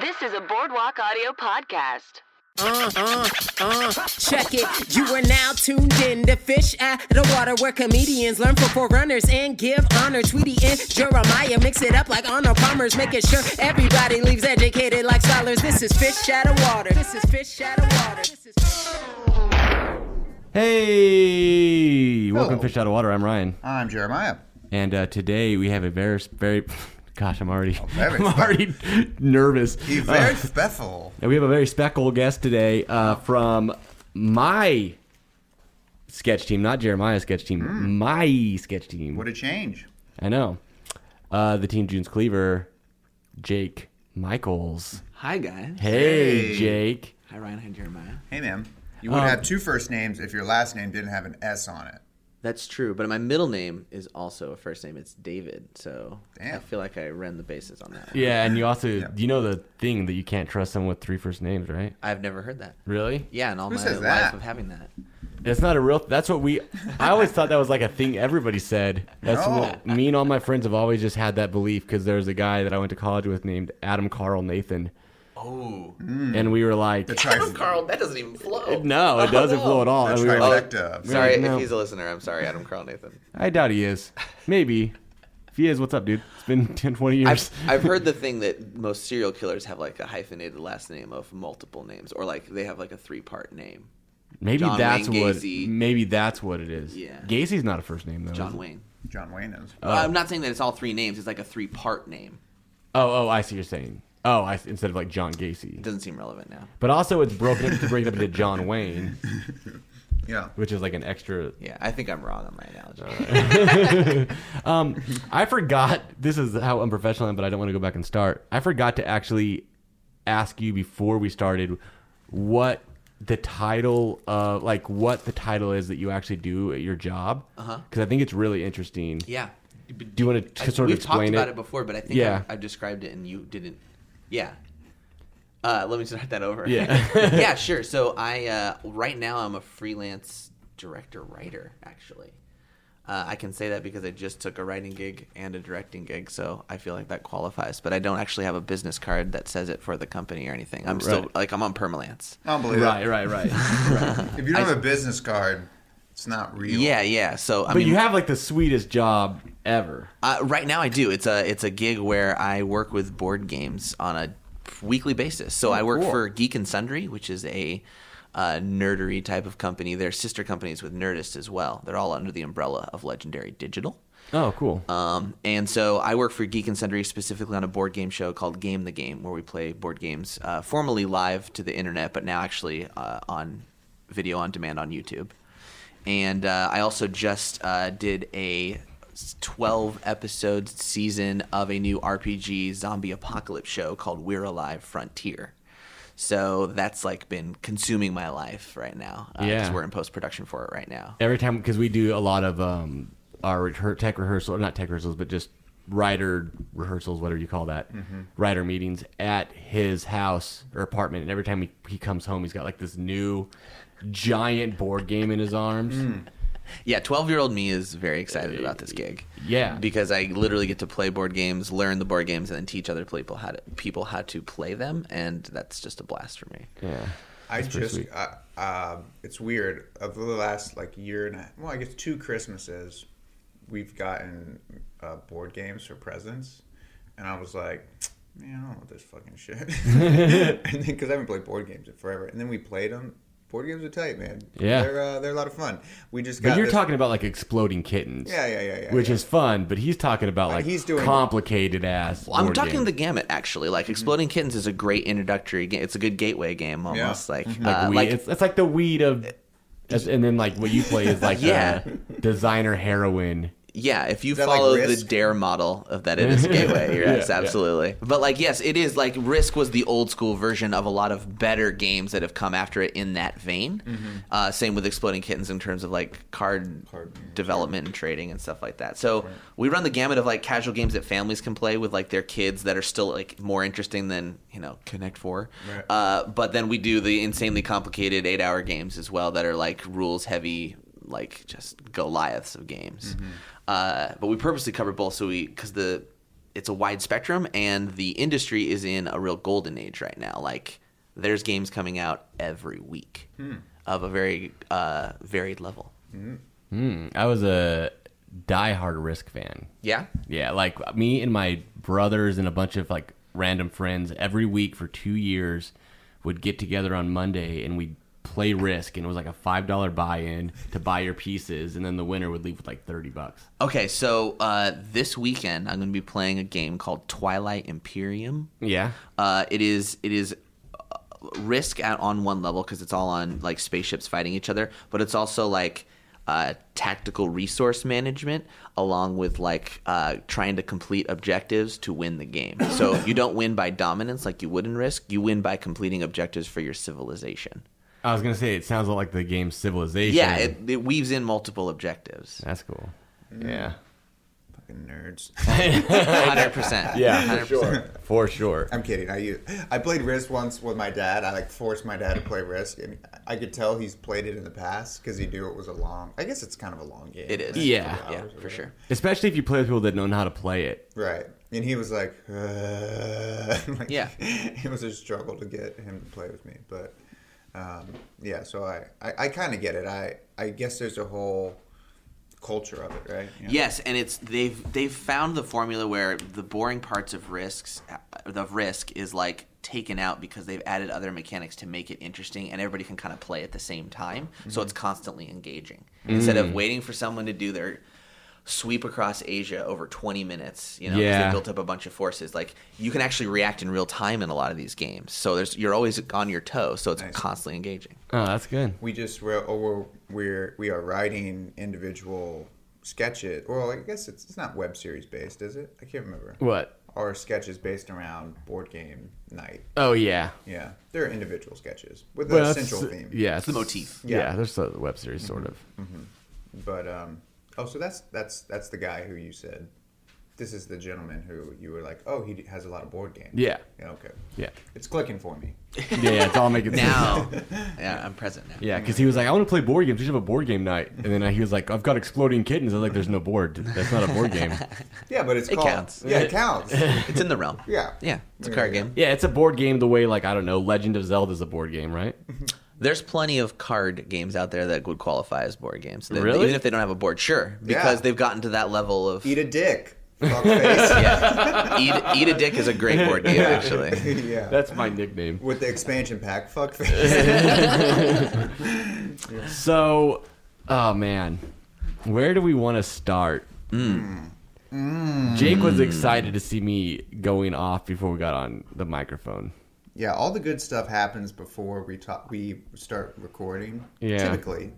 This is a Boardwalk Audio podcast. Uh, uh, uh, check it. You are now tuned in to Fish at the Water, where comedians learn from forerunners and give honor. Tweety and Jeremiah mix it up like honor bombers, making sure everybody leaves educated like scholars. This is Fish at the Water. This is Fish at the Water. This is Hey, welcome Hello. to Fish Out of Water. I'm Ryan, I'm Jeremiah. and uh, today we have a very, very, gosh, I'm already, Oh, very I'm already nervous. He's very Uh, special. and we have a very speckled guest today uh, from my sketch team, not Jeremiah's sketch team, my sketch team. Hmm. What a change. I know. Uh, the team June's Cleaver, Jake Michaels. Hi guys. Hey, Hey. Jake. Hi Ryan. Hi Jeremiah. Hey, man. You would Um, have two first names if your last name didn't have an S on it. That's true, but my middle name is also a first name. It's David, so I Damn. feel like I ran the bases on that. Yeah, and you also, you know the thing that you can't trust someone with three first names, right? I've never heard that. Really? Yeah, in all Who my says life that? of having that. That's not a real. That's what we. I always thought that was like a thing everybody said. That's No. what me and all my friends have always just had that belief because there was a guy that I went to college with named Adam Carl Nathan, Oh, and we were like, The, tri- Carl, that doesn't even flow. no, it doesn't flow at all. the And we were like, trifecta. of- Sorry No. if he's a listener. I'm sorry, Adam Carl Nathan. I doubt he is. Maybe. If he is, what's up, dude? It's been 10, 20 years. I've, I've heard the thing that most serial killers have like a hyphenated last name of multiple names, or like they have like a three part name. maybe John that's Wayne what. Gacy. Maybe that's what it is. Yeah. Gacy's not a first name though. is John it? Wayne. John Wayne is. Uh. Uh, Well, I'm not saying that it's all three names. It's like a three part name. Oh, oh, I see what you're saying. Oh, I, instead of like John Gacy. It doesn't seem relevant now. But also, it's broken up to break it up into John Wayne, yeah. which is like an extra Yeah, I think I'm wrong on my analogy. I forgot. This is how unprofessional I am, but I don't want to go back and start. I forgot to actually ask you before we started what the title of like what the title is that you actually do at your job. Because I think it's really interesting. Uh-huh. Yeah. Do you want to I- sort of We've talked explain about it. it? before, but I think Yeah. I've, I've described it and you didn't. Yeah. Uh, let me start that over. Yeah. yeah, sure. So I uh, right now I'm a freelance director writer actually. Uh, I can say that because I just took a writing gig and a directing gig, so I feel like that qualifies. But I don't actually have a business card that says it for the company or anything. I'm still Right. like I'm on permalance. I don't believe Right, right, right. it. If you don't have a business card, it's not real. Yeah, yeah. So I but mean, you have like the sweetest job ever. Uh, right now, I do. It's a it's a gig where I work with board games on a weekly basis. So I work cool. for Geek and Sundry, which is a uh, nerdery type of company. They're sister companies with Nerdist as well. They're all under the umbrella of Legendary Digital. Oh, cool. Um, and so I work for Geek and Sundry specifically on a board game show called Game the Game, where we play board games uh, formerly live to the internet, but now actually uh, on video on demand on YouTube. And uh, I also just uh, did a 12 episode season of a new RPG zombie apocalypse show called We're Alive Frontier. So that's like been consuming my life right now. Uh, 'cause Yeah. we're in post production for it right now. every time because we do a lot of um, our rehe- tech rehearsal, not tech rehearsals, but just writer rehearsals, whatever you call that, Mm-hmm. writer meetings at his house or apartment. And every time he, he comes home, he's got like this new giant board game in his arms. Mm. Yeah, 12 year old me is very excited about this gig. Uh, Yeah. Because I literally get to play board games, learn the board games, and then teach other people how to, people how to play them. And that's just a blast for me. Yeah, I pretty just, sweet. uh, um it's weird. Over the last like year and a, well, I guess two Christmases, we've gotten uh, board games for presents, and I was like, man, I don't want this fucking shit. and because I haven't played board games in forever, and then we played them. Board games are tight, man. Yeah. they're uh, they're a lot of fun. We just got. but you're this- talking about like exploding kittens. Yeah, yeah, yeah, yeah. Which yeah. is fun, but he's talking about like he's doing- complicated ass. Well, I'm board talking games. the gamut, actually. Like, Mm-hmm. Exploding Kittens is a great introductory game. It's a good gateway game, almost. Like, Mm-hmm. uh, weed. like it's, it's like the weed of, as- and then like what you play is like Yeah. the designer heroin. Yeah, if you that like follow the Risk? Dare model of that, it is a gateway. Yeah, Yes, yeah. absolutely. But like, yes, it is like Risk was the old school version of a lot of better games that have come after it in that vein. Mm-hmm. Uh, same with Exploding Kittens in terms of like card, development and trading and stuff like that. So we run the gamut of like casual games that families can play with like their kids that are still like more interesting than you know Connect Four. Right. Uh, but then we do the insanely complicated eight hour games as well that are like rules heavy, like just Goliaths of games. Uh, but we purposely cover both so we, because the it's a wide spectrum, and the industry is in a real golden age right now. Like there's games coming out every week of a very uh, varied level. I was a diehard Risk fan. Yeah, Yeah, like me and my brothers and a bunch of like random friends every week for two years would get together on Monday and we'd play Risk and it was like a five dollar buy in to buy your pieces and then the winner would leave with like thirty bucks. Okay, so uh, this weekend I'm going to be playing a game called Twilight Imperium. Yeah. Uh, it is it is uh, risk at, on one level because it's all on like spaceships fighting each other, but it's also like uh, tactical resource management along with like uh, trying to complete objectives to win the game. So you don't win by dominance like you would in Risk. You win by completing objectives for your civilization. I was gonna say it sounds like the game Civilization. Yeah, it, it weaves in multiple objectives. that's cool. Yeah. Fucking nerds. Hundred percent. for sure. For sure. I'm kidding. I u- I played Risk once with my dad. I like forced my dad to play Risk, and I could tell he's played it in the past because he knew it was a long. I guess it's kind of a long game. It is. right? Yeah. Couple Yeah, hours or for sure. Especially if you play with people that know how to play it. Right. And he was like, uh, like, Yeah. It was a struggle to get him to play with me, but um, yeah. So I, I, I kind of get it. I, I guess there's a whole culture of it, right? You know? Yes, and it's they've they've found the formula where the boring parts of risks the risk is like taken out because they've added other mechanics to make it interesting and everybody can kind of play at the same time. So Mm-hmm. it's constantly engaging. Mm. Instead of waiting for someone to do their sweep across Asia over 20 minutes, you know, 'cause Yeah. they built up a bunch of forces. Like you can actually react in real time in a lot of these games. So there's you're always on your toe, so it's constantly engaging. Oh, that's good. We just we're, oh, we're we're we are writing individual sketches. Well, I guess it's it's not web series based, is it? I can't remember. What? Our sketches based around board game night. Oh yeah. Yeah, they're individual sketches with an Well, essential that's- theme. Yeah, it's the motif. Yeah, Yeah. Mm-hmm. there's a web series sort of. But um, oh, so that's that's that's the guy who you said. This is the gentleman who you were like, oh, he has a lot of board games. Yeah. Yeah. Okay. Yeah. It's clicking for me. Yeah, yeah, it's all making sense. Now, yeah, I'm present now. Yeah, because he was like, I want to play board games. We should have a board game night. And then he was like, I've got exploding kittens. I was like, there's no board. That's not a board game. Yeah, but it's It called. counts. Yeah, it counts. It's in the realm. Yeah. Yeah, it's a Yeah, card yeah. game. yeah, it's a board game the way, like, I don't know, Legend of Zelda is a board game, right? There's plenty of card games out there that would qualify as board games. They- Really? Even if they don't have a board, sure, because Yeah. they've gotten to that level of Eat a dick. Fuckface. yeah. eat, eat a dick is a great board game actually. yeah. That's my nickname. with the expansion pack. Fuckface. So, oh, man. Where do we want to start? Mm. Jake was excited to see me going off before we got on the microphone. yeah, all the good stuff happens before we talk. We start recording. Yeah. Typically,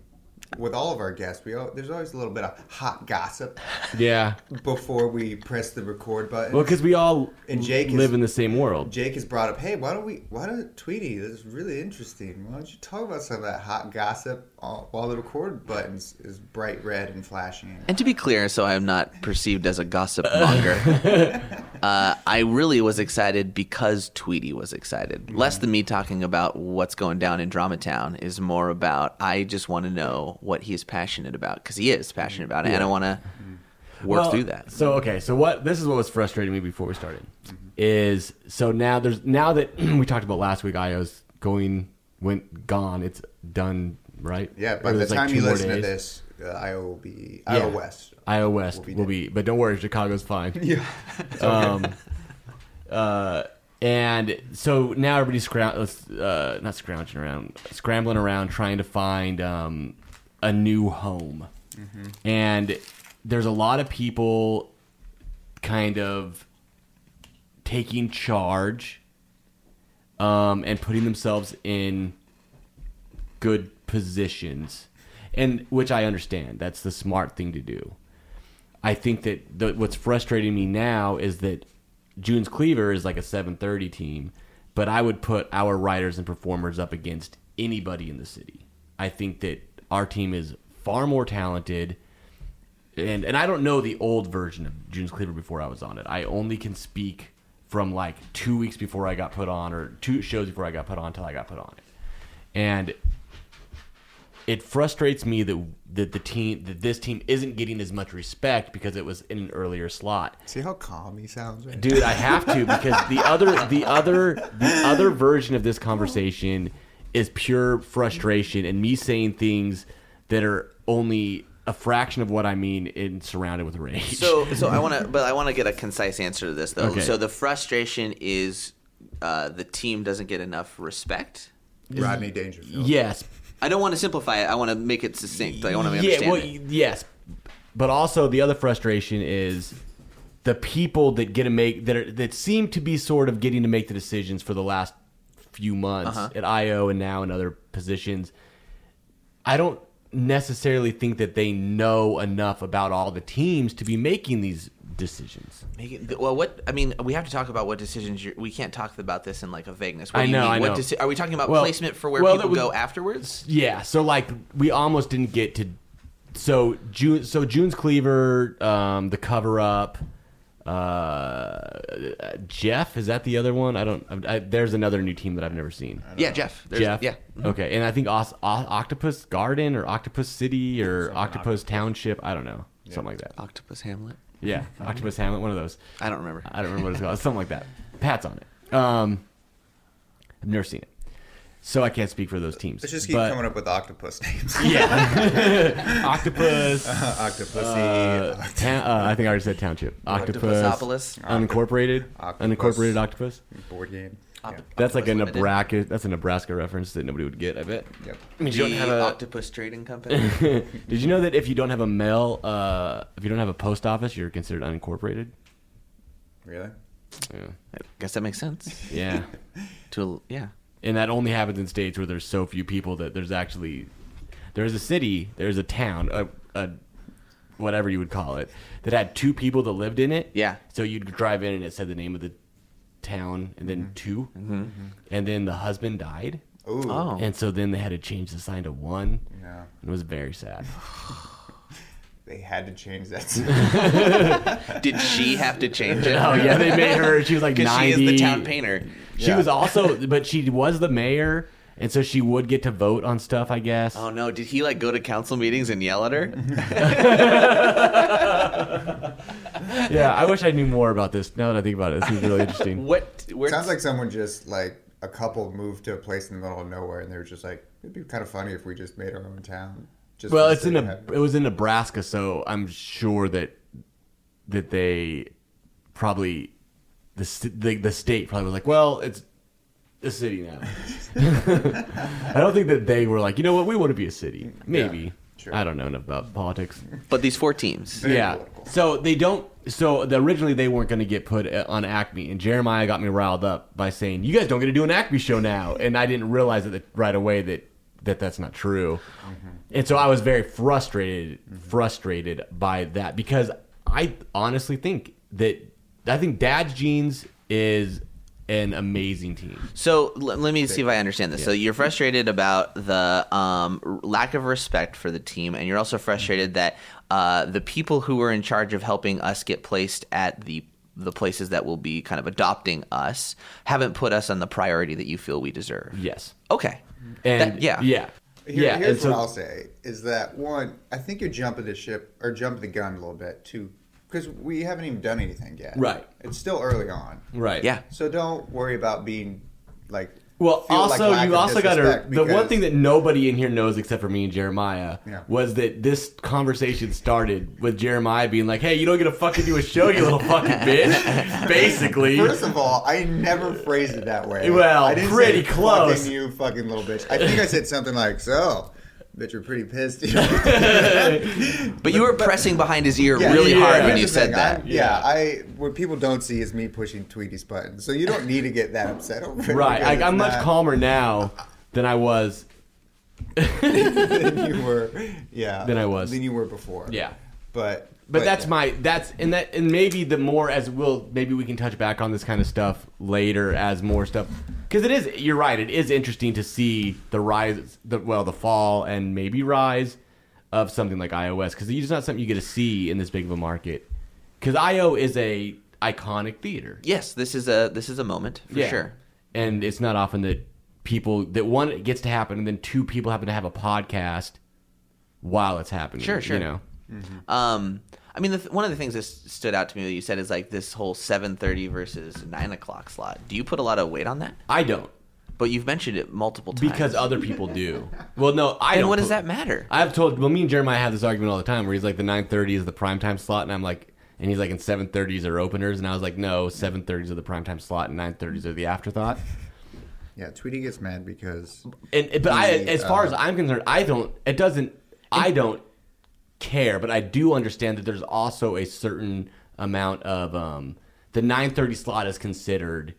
with all of our guests, we all, there's always a little bit of hot gossip Yeah. before we press the record button. Well, because we all And Jake live is- in the same world. Jake has brought up, hey, why don't we, why don't Tweety, this is really interesting. Why don't you talk about some of that hot gossip uh, while the record buttons is bright red and flashing? And to be clear, so I am not perceived as a gossip monger, uh, I really was excited because Tweety was excited. Mm-hmm. Less than me talking about what's going down in Dramatown is more about I just want to know what he is passionate about because he is passionate about it, and I want to work Well, through that. Mm-hmm. So okay, so what this is what was frustrating me before we started is so now there's now that we talked about last week, Io's going went gone. It's done, right? Yeah, by Or the there's, like, time two you more listen to days? this, uh, I will be, Yeah. Iowa West. Iowa West will will be be, but don't worry, Chicago's fine. Yeah. um, uh, and so now everybody's scroung- uh, not scrounging around, scrambling around trying to find um, a new home. And there's a lot of people kind of taking charge um, and putting themselves in good positions, and which I understand. That's the smart thing to do. I think that the, what's frustrating me now is that June's Cleaver is like a 730 team, but I would put our writers and performers up against anybody in the city. I think that our team is far more talented. And, and I don't know the old version of June's Cleaver before I was on it. I only can speak from like two weeks before I got put on or two shows before I got put on till I got put on it. And it frustrates me that that the team that this team isn't getting as much respect because it was in an earlier slot. See how calm he sounds. Right Dude, I have to because the other the other the other version of this conversation is pure frustration and me saying things that are only a fraction of what I mean and surrounded with rage. So, so I want to, but I want to get a concise answer to this though. Okay. So the frustration is uh, the team doesn't get enough respect. now. Rodney Dangerfield. yes. I don't want to simplify it. I want to make it succinct. Like, I want to Yeah, understand. well it. yes. But also the other frustration is the people that get to make that are, that seem to be sort of getting to make the decisions for the last few months at IO and now in other positions. I don't necessarily think that they know enough about all the teams to be making these decisions. Making- th- Well, what I mean, we have to talk about what decisions you're, we can't talk about this in like a vagueness. What I do you know, mean? I what know. deci- are we talking about Well- placement for where well, people that we- go afterwards? Yeah, so like we almost didn't get to so June so June's Cleaver, um, the cover up, uh, Jeff is that the other one? I don't. I, there's another new team that I've never seen. Yeah, Jeff. There's- Jeff, Yeah. Mm-hmm. okay, and I think Os, O- Octopus Garden or Octopus City or Octopus Township. I don't know, something like that. Octopus Hamlet. Yeah, Octopus Hamlet, one of those. I don't remember. I don't remember what it's called. Something like that. Pat's on it. Um, I've never seen it, so I can't speak for those teams. Let's just keep but- coming up with octopus names. Yeah. Octopus. Uh-huh. Octopussy. uh, town- uh, I think I already said township. Octopus. Octopusopolis. Unincorporated. Octopus. Unincorporated octopus. board game. Yeah. That's like a Octopus Limited. Nebraska. That's a Nebraska reference that nobody would get. I bet. Yep. I mean, The you don't have a. Octopus Trading Company. Did you know that if you don't have a mail, uh, if you don't have a post office, you're considered unincorporated? Really? Yeah. I guess that makes sense. Yeah. To yeah. and that only happens in states where there's so few people that there's actually there's a city there's a town a, a whatever you would call it that had two people that lived in it Yeah. so you'd drive in and it said the name of the town and then 2 and then the husband died Ooh. Mm-hmm. Oh. and so then they had to change the sign to one Yeah. it was very sad They had to change that. Did she have to change it? oh yeah they made her she was like Because she 90 is the town painter. she Yeah. was also but she was the mayor and so she would get to vote on stuff i guess Oh no! Did he like go to council meetings and yell at her? Yeah, I wish I knew more about this. Now that I think about it, this is really interesting. What? Where? Sounds like someone just like a couple moved to a place in the middle of nowhere, and they were just like, "It'd be kind of funny if we just made our own town." Just well, for the it's in sake of a, having- it was in Nebraska, so I'm sure that that they probably the st- the, the state probably was like, well, it's a city now. I don't think that they were like, you know what, we want to be a city. Maybe sure. I don't know enough about politics. but these four teams. Very yeah. political. So they don't. So the, originally they weren't going to get put uh, on Acme, and Jeremiah got me riled up by saying, "You guys don't get to do an Acme show now," and I didn't realize it right away that that that's not true, Mm-hmm. and so I was very frustrated frustrated by that because I honestly think that I think Dad's Jeans is an amazing team. So l- let me see if I understand this. So you're frustrated about the um, r- lack of respect for the team, and you're also frustrated that uh, the people who were in charge of helping us get placed at the the places that will be kind of adopting us haven't put us on the priority that you feel we deserve. Yes, Okay. and That- yeah. yeah, Here- yeah. here's and so- what I'll say is that one, I think you're jumping the ship or jumping the gun a little bit too, because we haven't even done anything yet. Right. It's still early on. right. Yeah. So don't worry about being like. Well, feel like also lack you of also got to. disrespect The one because- thing that nobody in here knows except for me and Jeremiah Yeah. was that this conversation started with Jeremiah being like, "Hey, you don't get to fucking do a show, you little fucking bitch." Basically, First of all, I never phrased it that way. Well, I didn't pretty say, close. Fucking you, fucking little bitch. I think I said something like, "So, bitch, you're pretty pissed." You know? But you were pressing behind his ear Yeah, really yeah, hard yeah. when you Here's the said thing, that. I- yeah, I what people don't see is me pushing Tweety's button, so you don't need to get that upset over it. right? because I, I'm it's much not- calmer now than I was. than you were. Yeah, Than I was. Than you were before. Yeah. but But, that's my that's and that and maybe the more as we'll maybe we can touch back on this kind of stuff later as more stuff because it is you're right it is interesting to see the rise the well the fall and maybe rise of something like iOS because it's not something you get to see in this big of a market because IO is a iconic theater Yes, this is a this is a moment for sure. and it's not often that people that one gets to happen, and then two people happen to have a podcast while it's happening. Sure, sure. You know, Um, I mean, the th- one of the things that s- stood out to me that you said is like this whole seven thirty versus nine o'clock slot. Do you put a lot of weight on that? I don't But you've mentioned it multiple times. because other people do. Well, no, I and don't. what does put- that matter? I've told well, me and Jeremiah have this argument all the time where he's like the nine thirty is the prime time slot, and I'm like, and he's like, and seven thirties are openers, and I was like, no, seven thirties are the prime time slot, and nine thirties are the afterthought. Yeah, Tweety gets mad because And but I, The, as far uh, as I'm concerned, I don't. It doesn't. I don't care, but I do understand that there's also a certain amount of um the nine thirty slot is considered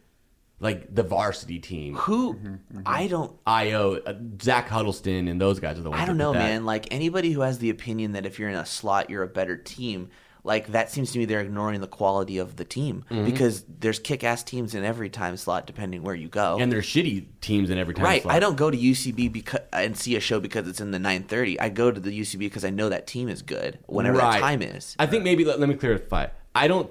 like the varsity team. Who? mm-hmm. I don't. Io, uh, Zach Huddleston, and those guys are the ones. I don't that did know, that. man. Like anybody who has the opinion that if you're in a slot, you're a better team. Like that seems to me they're ignoring the quality of the team Mm-hmm. because there's kick-ass teams in every time slot, depending where you go. And there's shitty teams in every time Right. slot. I don't go to UCB because and see a show because it's in the 9:30. I go to the UCB because I know that team is good whenever that Right. time is. I think maybe let, let me clarify. I don't.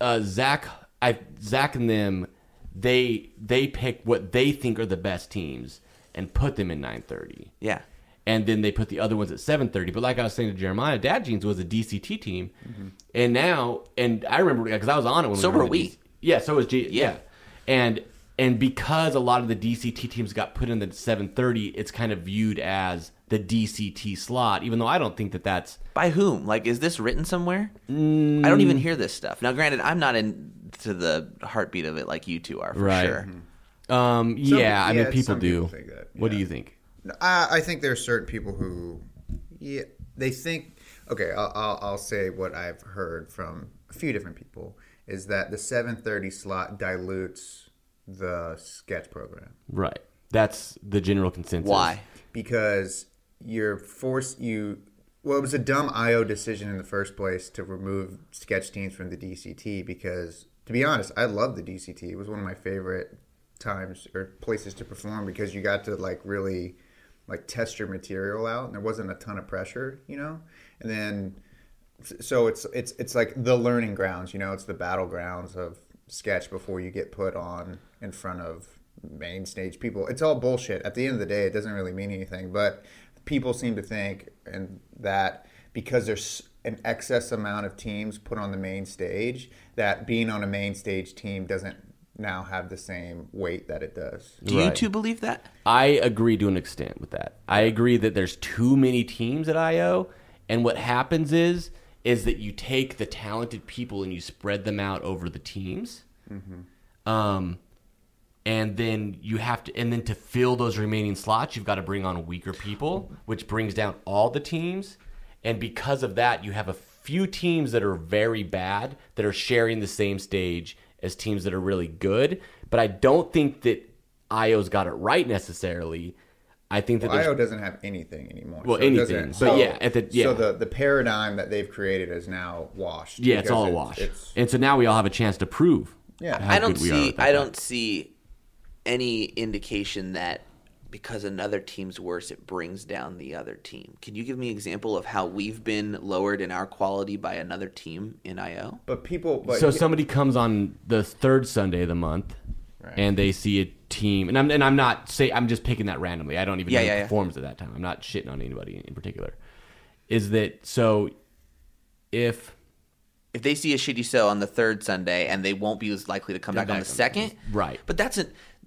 Uh, Zach, I Zach and them, they they pick what they think are the best teams and put them in nine thirty, Yeah. and then they put the other ones at seven thirty. But like I was saying to Jeremiah, Dad Jeans was a DCT team, Mm-hmm. and now and I remember because I was on it when So we were were in we. DC. Yeah, so was G. Yeah. yeah, and and because a lot of the DCT teams got put in the seven thirty, it's kind of viewed as the DCT slot, even though I don't think that that's By whom? Like is this written somewhere? I don't Mm. even hear this stuff. Now granted, I'm not into the heartbeat of it like you two are for Right. Mm-hmm. sure. Um. Some- yeah. I mean, yeah, people some do. people think that, What do yeah. you think? I, I think there are certain people who, yeah, they think. Okay, I'll, I'll, I'll say what I've heard from a few different people is that the 7:30 slot dilutes the sketch program Right. That's the general consensus. Why? because you're forced you. Well, it was a dumb IO decision in the first place to remove sketch teams from the DCT because, to be honest, I love the DCT. It was one of my favorite times or places to perform because you got to like really like test your material out and there wasn't a ton of pressure, you know. And then so it's it's it's like the learning grounds, you know, it's the battlegrounds of sketch before you get put on in front of main stage people. It's all bullshit. At the end of the day, it doesn't really mean anything, but people seem to think and that because there's an excess amount of teams put on the main stage that being on a main stage team doesn't now have the same weight that it does. Do you Right. two believe that? I agree to an extent with that. I agree that there's too many teams at IO, and what happens is is that you take the talented people and you spread them out over the teams. Um, and then you have to, and then to fill those remaining slots, you've got to bring on weaker people, which brings down all the teams. And because of that, you have a few teams that are very bad that are sharing the same stage as teams that are really good. But I don't think that IO's got it right necessarily. I think that there's IO doesn't have anything anymore. Well, it anything, doesn't- but yeah, at the- yeah. So the, the paradigm that they've created is now washed. yeah, it's because all a it- wash. it's- And so now we all have a chance to prove. Yeah. how I don't good we are see at that. I don't see any indication that because another team's worse it brings down the other team. Can you give me an example of how we've been lowered in our quality by another team in IO? But people, but so somebody comes on the third Sunday of the month, and they see a team, and I'm and I'm not say I'm just picking that randomly. I don't even Yeah, know yeah, who yeah. performs at that time. I'm not shitting on anybody in particular. Is that so? If if they see a shitty show on the third Sunday and they won't be as likely to come back on the back on- second. right. But that's a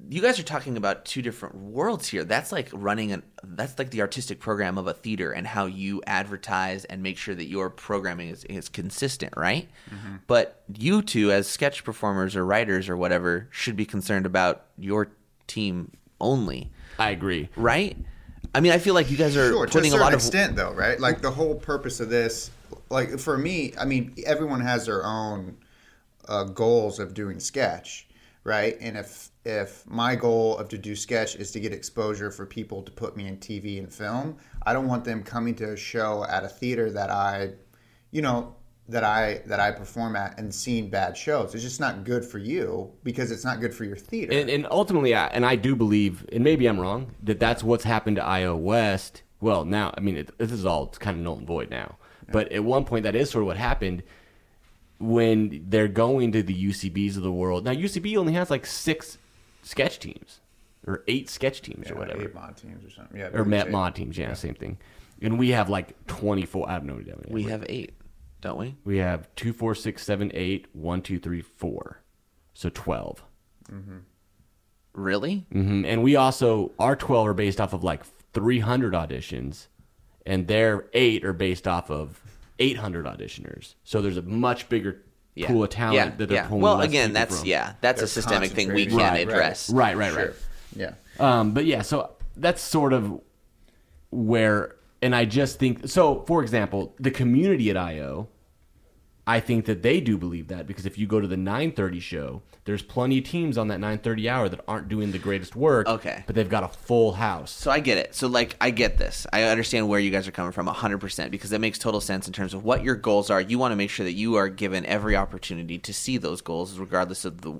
you guys are talking about two different worlds here. That's like running an that's like the artistic program of a theater and how you advertise and make sure that your programming is, is consistent, right? Mm-hmm. But you two as sketch performers or writers or whatever should be concerned about your team only, I agree, right? I mean, I feel like you guys are sure, putting to a, certain a lot of extent, though, right? Like the whole purpose of this, like for me, I mean, everyone has their own uh, goals of doing sketch, right? And if if my goal of to do sketch is to get exposure for people to put me in TV and film, I don't want them coming to a show at a theater that I, you know, that I that I perform at and seeing bad shows. It's just not good for you because it's not good for your theater. and and ultimately, I, and I do believe, and maybe I'm wrong, that that's what's happened to Io West. Well, now I mean, it, this is all kind of null and void now. But at one point, that is sort of what happened. when they're going to the UCBs of the world. Now UCB only has like six sketch teams. or eight sketch teams Yeah, or whatever Eight mod teams or something. Yeah. or but Met it's- Mod teams. Yeah, same thing. And we have like twenty four. I don't know. what We have. We have eight, don't we? we have two, four, six, seven, eight, one, two, three, four. So twelve. Really? hmm And we also our twelve are based off of like three hundred auditions, and their eight are based off of eight hundred auditioners. So there's a much bigger Yeah. pool of talent Yeah, that they're yeah. pulling. Well, less again, people that's from. yeah, that's They're a systemic thing we concentrating. can't Right, right. address. Right, right, right. Yeah. Um, but yeah, so that's sort of where, and I just think so. For example, the community at IO, I think that they do believe that because if you go to the 9:30 show, there's plenty of teams on that 9:30 hour that aren't doing the greatest work. Okay. but they've got a full house. So I get it. So like I get this. I understand where you guys are coming from 100% because that makes total sense in terms of what your goals are. You want to make sure that you are given every opportunity to see those goals regardless of the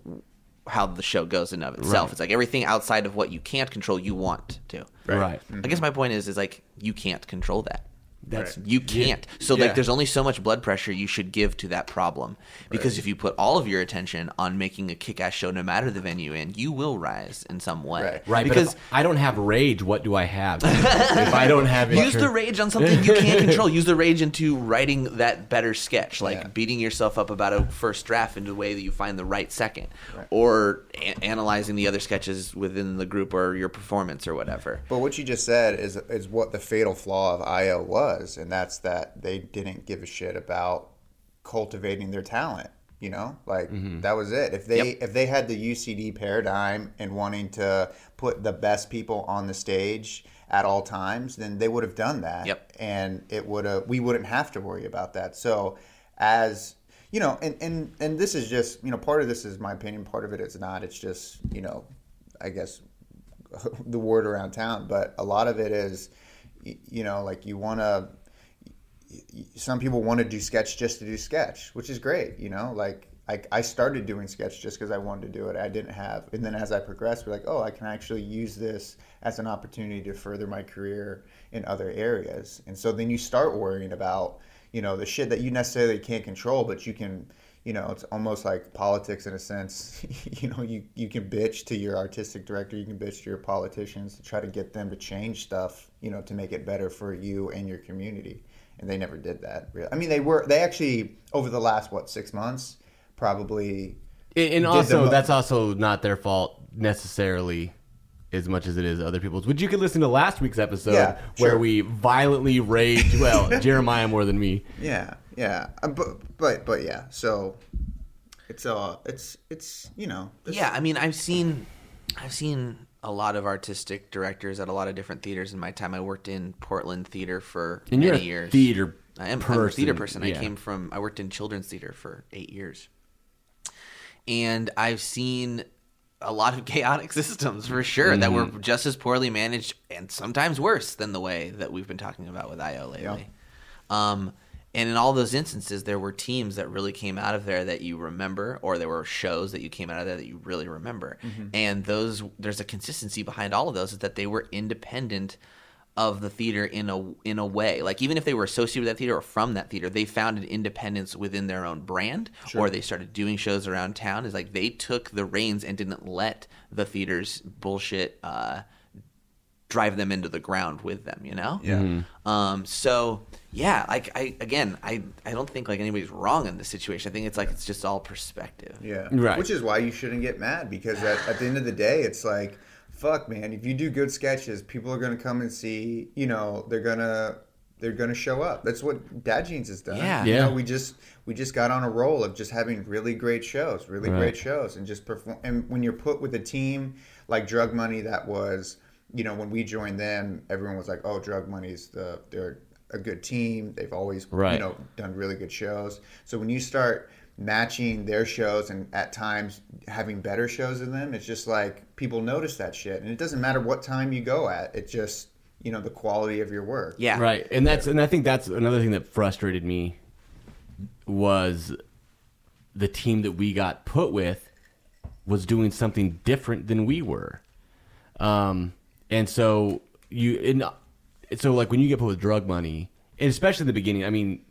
how the show goes in of itself. It's like everything outside of what you can't control you want to. Right. Mm. I guess my point is is like you can't control that. That's You can't. So Yeah. like there's only so much blood pressure you should give to that problem. Because if you put all of your attention on making a kick ass show no matter the venue in, you will rise in some way. Right. right. Because Because I don't have rage. What do I have? if I don't have Use the rage on something you can't control. Use the rage into writing that better sketch, like Yeah. beating yourself up about a first draft in the way that you find the right second, or a- analyzing the other sketches within the group or your performance or whatever. But what you just said is is what the fatal flaw of IO was, and that's that they didn't give a shit about cultivating their talent. You know, like that was it. If they if they had the UCD paradigm and wanting to put the best people on the stage at all times, then they would have done that. Yep. And it would have we wouldn't have to worry about that. So as you know, and, and and this is just you know part of this is my opinion, part of it is not. It's just you know, I guess the word around town, but a lot of it is, y- you know, like you want to. Some people want to do sketch just to do sketch, which is great. You know, like I, I started doing sketch just because I wanted to do it. I didn't have, and then as I progressed, we're like, oh, I can actually use this as an opportunity to further my career in other areas. And so then you start worrying about, you know, the shit that you necessarily can't control, but you can you know, it's almost like politics in a sense. you know, you, you can bitch to your artistic director, you can bitch to your politicians to try to get them to change stuff, you know, to make it better for you and your community. And they never did that. Really. I mean, they were, they actually, over the last, what, six months, probably. And, and the also, mo- that's also not their fault necessarily as much as it is other people's. Which you could listen to last week's episode Yeah, where sure. we violently raged, well, Jeremiah more than me. Yeah, yeah. Uh, but, but, but yeah. So it's, uh, it's, it's, you know. this- Yeah, I mean, I've seen, I've seen a lot of artistic directors at a lot of different theaters in my time. I worked in Portland theater for And many you're a years. theater I am I'm a person, theater person. yeah. I came from. I worked in children's theater for eight years, and I've seen a lot of chaotic systems for sure that were Mm-hmm. just as poorly managed and sometimes worse than the way that we've been talking about with IO lately. Um, and in all those instances, there were teams that really came out of there that you remember, or there were shows that you came out of there that you really remember. Mm-hmm. And those, there's a consistency behind all of those is that they were independent of the theater in a in a way. Like even if they were associated with that theater or from that theater, they found an independence within their own brand, or they started doing shows around town. Is like they took the reins and didn't let the theaters bullshit. Uh, drive them into the ground with them, you know? Yeah. Um, so yeah, like I again, I I don't think like anybody's wrong in this situation. I think it's like it's just all perspective. Yeah. Right. Which is why you shouldn't get mad because at, at the end of the day, it's like, fuck, man. If you do good sketches, people are gonna come and see. You know, they're gonna they're gonna show up. That's what Dad Jeans has done. Yeah. You Yeah. know, we just we just got on a roll of just having really great shows, really great shows, and just perform. And when you're put with a team like Drug Money, that was. You know, when we joined them, everyone was like, "Oh, Drug Money's the they're a good team. They've always, Right. you know, done really good shows. So when you start matching their shows and at times having better shows than them, it's just like people notice that shit. And it doesn't matter what time you go at, it just, you know, the quality of your work. Yeah. Right. And that's and I think that's another thing that frustrated me was the team that we got put with was doing something different than we were. Um and so you and uh, so like when you get put with drug money, and especially in the beginning, I mean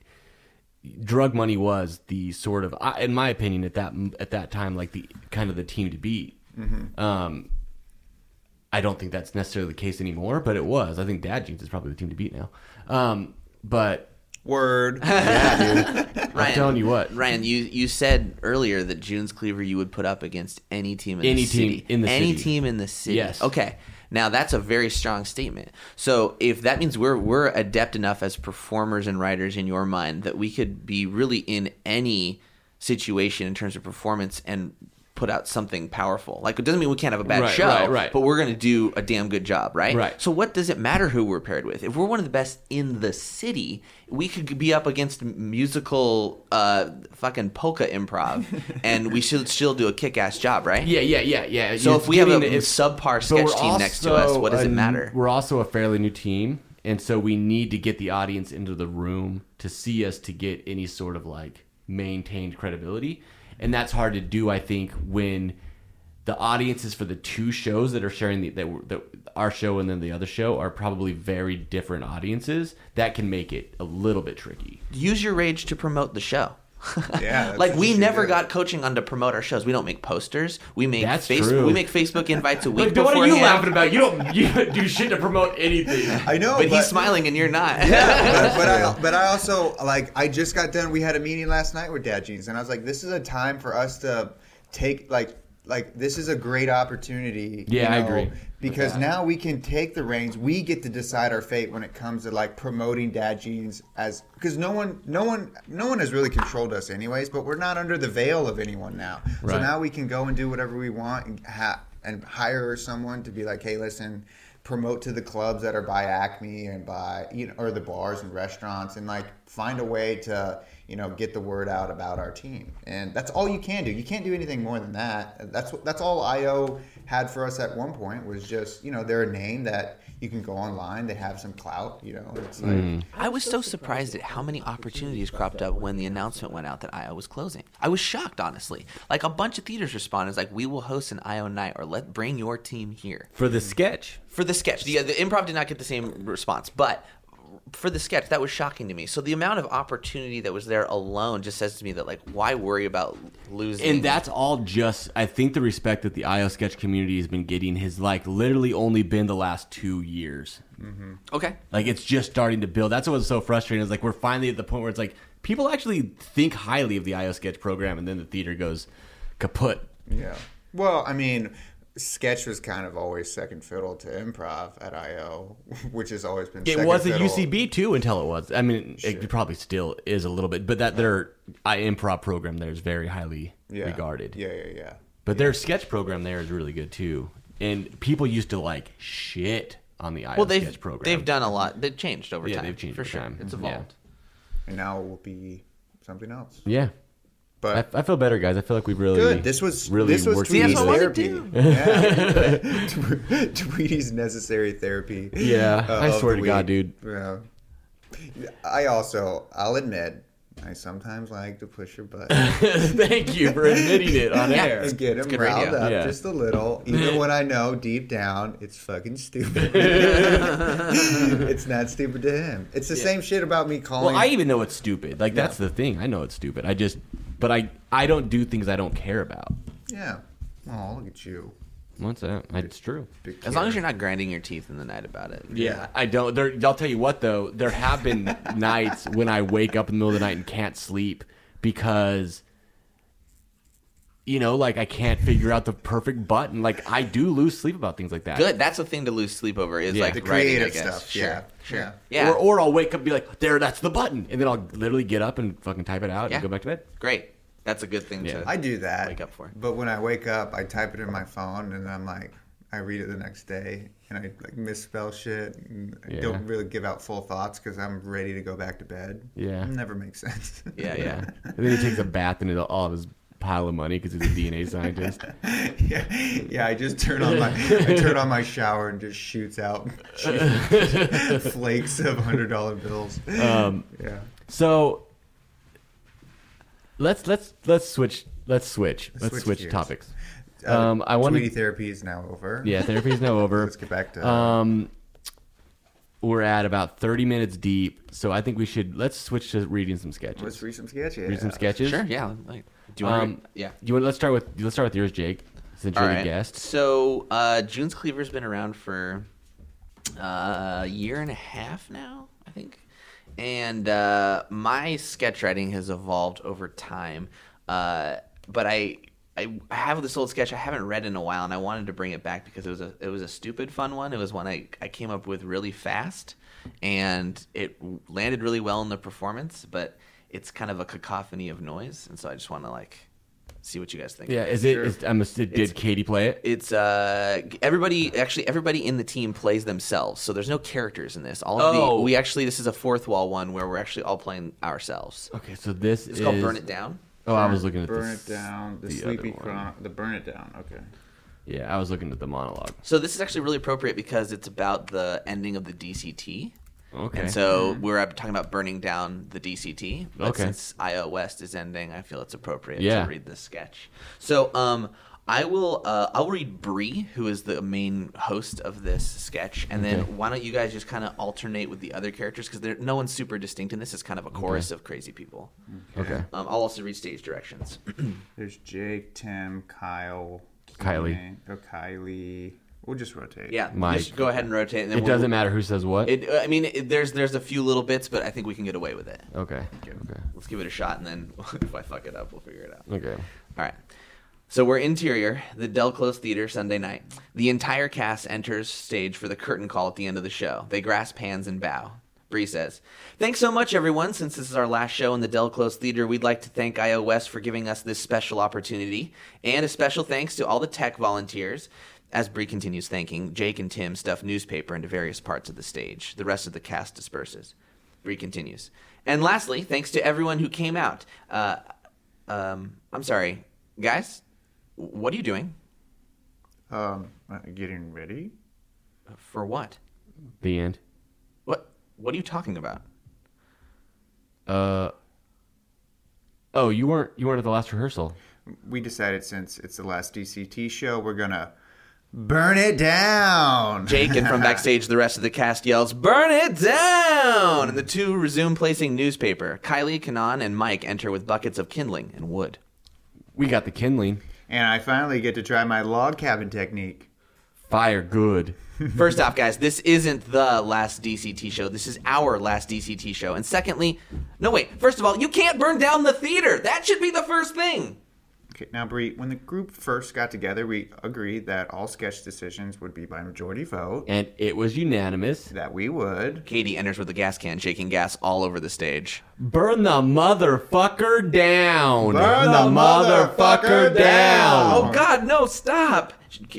drug money was the sort of I- in my opinion at that at that time like the kind of the team to beat. Um I don't think that's necessarily the case anymore, but it was. I think Dad Jeans is probably the team to beat now. Um, but Word. Ryan, telling you what. Ryan, you you said earlier that June's cleaver you would put up against any team in Any the team city. in the any city. team in the city. Yes. Okay. Now that's a very strong statement. So if that means we're we're adept enough as performers and writers in your mind that we could be really in any situation in terms of performance and put out something powerful. Like it doesn't mean we can't have a bad Right, show, right, right. but we're going to do a damn good job, right? Right. So what does it matter who we're paired with? If we're one of the best in the city, we could be up against musical uh, fucking polka improv, and we should still do a kick-ass job, right? yeah, yeah, yeah, yeah. So if we have a Getting- if- subpar but sketch we're team next to us, also what does a- it matter? We're also a fairly new team, and so we need to get the audience into the room to see us to get any sort of like maintained credibility, and that's hard to do. I think when the audiences for the two shows that are sharing the that, were- that our show and then the other show are probably very different audiences. That can make it a little bit tricky. Use your rage to promote the show. Yeah, that's like what we you should never do. got coaching on to promote our shows. We don't make posters. We make That's Facebook. true. We make Facebook invites a week But what are you laughing beforehand. about? You don't you don't do shit to promote anything. I know, But he's smiling and you're not. Yeah, but I, but I also like I just got done. We had a meeting last night with Dad Jeans, and I was like, this is a time for us to take like like this is a great opportunity. you Yeah, I know, agree with Because now we can take the reins. We get to decide our fate when it comes to like promoting Dad Jeans as because no one no one no one has really controlled us anyways. But we're not under the veil of anyone now. So Right. now we can go and do whatever we want and ha- and hire someone to be like, hey, listen promote to the clubs that are by Acme and by you know or the bars and restaurants and like find a way to you know get the word out about our team and that's all you can do you can't do anything more than that that's what that's all IO had for us at one point was just you know they're a name that you can go online they have some clout you know it's like I was so surprised at how many opportunities cropped up when the announcement went out that IO was closing. I was shocked, honestly. Like a bunch of theaters responded, like, "We will host an IO night, or let bring your team here." For the sketch, for the sketch. The, the improv did not get the same response, but for the sketch, that was shocking to me. So the amount of opportunity that was there alone just says to me that like, why worry about losing? And that's all just I think the respect that the IO sketch community has been getting has like literally only been the last two years. okay. Like it's just starting to build. That's what was so frustrating. Is like we're finally at the point where it's like people actually think highly of the IO sketch program, and then the theater goes kaput. yeah Well, I mean, sketch was kind of always second fiddle to improv at IO, which has always been. It second was at fiddle. UCB too until it was. I mean, it probably still is a little bit, but that their I improv program there is very highly Yeah. regarded. Yeah, yeah, yeah. But their sketch program there is really good too, and people used to like shit on the IO Well, they've sketch program. they've done a lot. They've changed over Yeah, time. they've changed for over sure. time. It's Yeah. evolved. And now it will be something else. Yeah. But I, I feel better, guys. I feel like we really good. This was really This was worked See, through that's Tweety's what I this. wanted therapy. to Yeah. Tweety's necessary therapy. Yeah, uh, I of swear the to God, week. dude. Yeah. I also, I'll admit, I sometimes like to push your buttons. Thank you for admitting it on air. and get him good riled radio. up Yeah. just a little, even when I know deep down it's fucking stupid. it's not stupid to him. It's the same shit about me calling. Well, I even know it's stupid. Like that's the thing. I know it's stupid. I just, but I, I don't do things I don't care about. yeah. Oh, look at you. What's that? It's true. Big As long as you're not grinding your teeth in the night about it. Yeah, I don't. There, I'll tell you what though. There have been nights when I wake up in the middle of the night and can't sleep because, you know, like I can't figure out the perfect button. Like I do lose sleep about things like that. Good. That's a thing to lose sleep over. Is Yeah. like The writing, I creative guess. stuff. Sure. Yeah. Sure. Yeah. Yeah. Or, or I'll wake up and be like, there, that's the button. And then I'll literally get up and fucking type it out Yeah. and go back to bed. Great. That's a good thing Yeah. to. I do that. Wake up for it. But when I wake up, I type it in my phone and I'm like, I read it the next day and I like misspell shit. And I Yeah. don't really give out full thoughts because I'm ready to go back to bed. Yeah. It never makes sense. yeah. Yeah. And then he takes a bath into all of his pile of money because he's a DNA scientist. yeah, yeah. I just turn on my I turn on my shower and just shoots out flakes of hundred dollar bills. Um, yeah, so let's let's let's switch let's switch let's switch switch gears. topics. Uh, um, I want Tweety to therapy is now over. yeah, therapy's now over. Let's get back to- Um, we're at about thirty minutes deep, so I think we should let's switch to reading some sketches. Let's read some sketches. read some sketches. Sure. Yeah. Like, do you want? Um, to yeah. You want? Let's start with let's start with yours, Jake. Since All you're right. the guest, So uh, June's Cleaver's been around for uh, a year and a half now, I think. And uh, my sketch writing has evolved over time. Uh, but I, I I have this old sketch I haven't read in a while, and I wanted to bring it back because it was a it was a stupid fun one. It was one I, I came up with really fast, and it landed really well in the performance. But it's kind of a cacophony of noise, and so I just want to like see what you guys think yeah, is it? Is, I'm. ass- Did Katie play it? it's uh everybody actually everybody in the team plays themselves so there's no characters in this all of Oh. the we actually this is a fourth wall one where we're actually all playing ourselves Okay, so this it's is called burn it down Oh, I was looking at Burn this, it down. The, the other sleepy one. chron- The burn it down. Okay. Yeah, I was looking at the monologue. so this is actually really appropriate because it's about the ending of the dct Okay. and so we're up talking about burning down the dct but Okay. since io west is ending i feel it's appropriate Yeah. to read this sketch so um I will. Uh, I'll read Bree, who is the main host of this sketch, and then Okay. why don't you guys just kind of alternate with the other characters because no one's super distinct in this. It's kind of a chorus of crazy people. okay. Um, I'll also read stage directions. There's Jake, Tim, Kyle, Kylie. Keene- Oh, Kylie. We'll just rotate. yeah, Mike. just go ahead and rotate. And then It we'll- doesn't matter who says what. It, uh, I mean, it, there's there's a few little bits, but I think we can get away with it. okay. Okay. Let's give it a shot, and then if I fuck it up, we'll figure it out. Okay. All right. So we're interior, the Del Close Theater, Sunday night. The entire cast enters stage for the curtain call at the end of the show. They grasp hands and bow. Bree says, Thanks so much, everyone. Since this is our last show in the Del Close Theater, we'd like to thank IO West for giving us this special opportunity. And a special thanks to all the tech volunteers. As Bree continues thanking, Jake and Tim stuff newspaper into various parts of the stage. The rest of the cast disperses. Bree continues. And lastly, thanks to everyone who came out. Uh, um, I'm sorry, guys. What are you doing? Um, uh, getting ready. For what? The end. What? What are you talking about? Uh. Oh, you weren't you weren't at the last rehearsal. We decided since it's the last DCT show, we're gonna burn it down. Jake and from backstage, the rest of the cast yells, "Burn it down!" And the two resume placing newspaper. Kylie, Kanan, and Mike enter with buckets of kindling and wood. We got the kindling. And I finally get to try my log cabin technique. Fire good. First off, guys, this isn't the last DCT show. This is our last DCT show. And secondly, no wait. First of all, you can't burn down the theater. That should be the first thing. Okay, now Bree, when the group first got together, we agreed that all sketch decisions would be by majority vote. And it was unanimous. That we would. Katie enters with a gas can, shaking gas all over the stage. Burn the motherfucker down. Burn the motherfucker down. Oh God, no! Stop!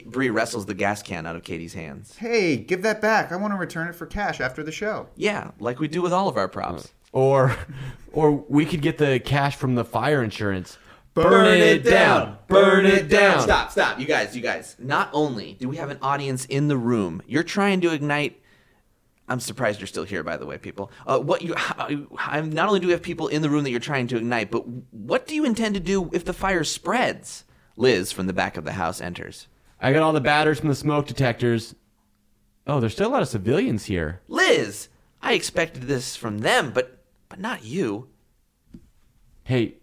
Bree wrestles the gas can out of Katie's hands. Hey, give that back. I want to return it for cash after the show. Yeah, like we do with all of our props. Or, or we could get the cash from the fire insurance. Stop! Stop! You guys, you guys. Not only do we have an audience in the room, you're trying to ignite. I'm surprised you're still here, by the way, people. Uh, what you? I'm not only do we have people in the room that you're trying to ignite, but what do you intend to do if the fire spreads? Liz from the back of the house enters. I got all the batters from the smoke detectors. Oh, there's still a lot of civilians here. Liz, I expected this from them, but but not you. Hey,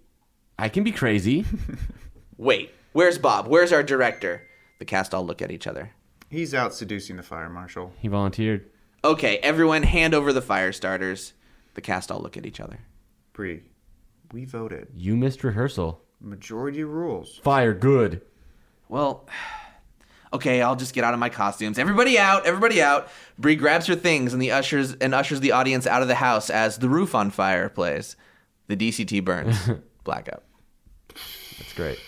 I can be crazy. Wait, where's Bob? Where's our director? The cast all look at each other. He's out seducing the fire marshal. he volunteered. Okay, everyone, hand over the fire starters. The cast all look at each other. Bree, we voted. You missed rehearsal. Majority rules. Fire good. Well, okay, I'll just get out of my costumes. Everybody out! Everybody out! Bree grabs her things and the ushers and ushers the audience out of the house as the roof on fire plays. The DCT burns. Blackout. That's great.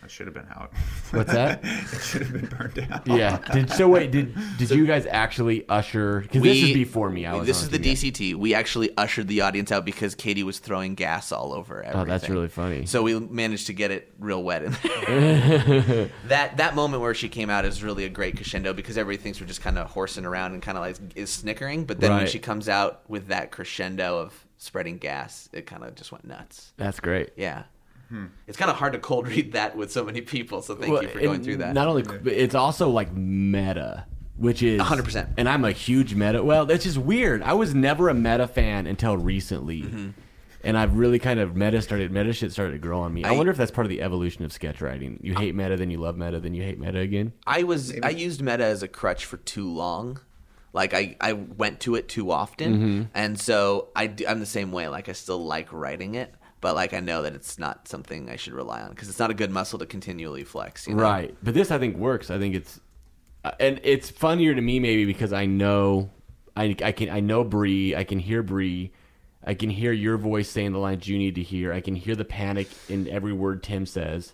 That should have been out. What's that? it should have been burned down. yeah. Did so? Wait. Did did you guys actually usher? Because this is before me. I was. This on is the TV. DCT. We actually ushered the audience out because Katie was throwing gas all over everything. Oh, that's really funny. So we managed to get it real wet in there. that that moment where she came out is really a great crescendo because everybody thinks we're just kind of horsing around and kind of like is snickering, but then when Right. she comes out with that crescendo of spreading gas, it kind of just went nuts. that's great. Yeah. It's kind of hard to cold read that with so many people, so thank you for and going through that. Not only, but it's also like meta, which is 100%. And Mm-hmm. I'm a huge meta. Well, that's just weird. I was never a meta fan until recently, And I've really kind of meta started meta shit started to grow on me. I, I- wonder if that's part of the evolution of sketch writing. You hate meta, then you love meta, then you hate meta again. I was I used meta as a crutch for too long. Like I, I went to it too often, and so I do, I'm the same way. Like I still like writing it, but like I know that it's not something I should rely on because it's not a good muscle to continually flex. You know? Right. But this I think works. I think it's uh, and it's funnier to me maybe because I know I, I can I know Bree, I can hear Bree. I can hear your voice saying the lines you need to hear. I can hear the panic in every word Tim says.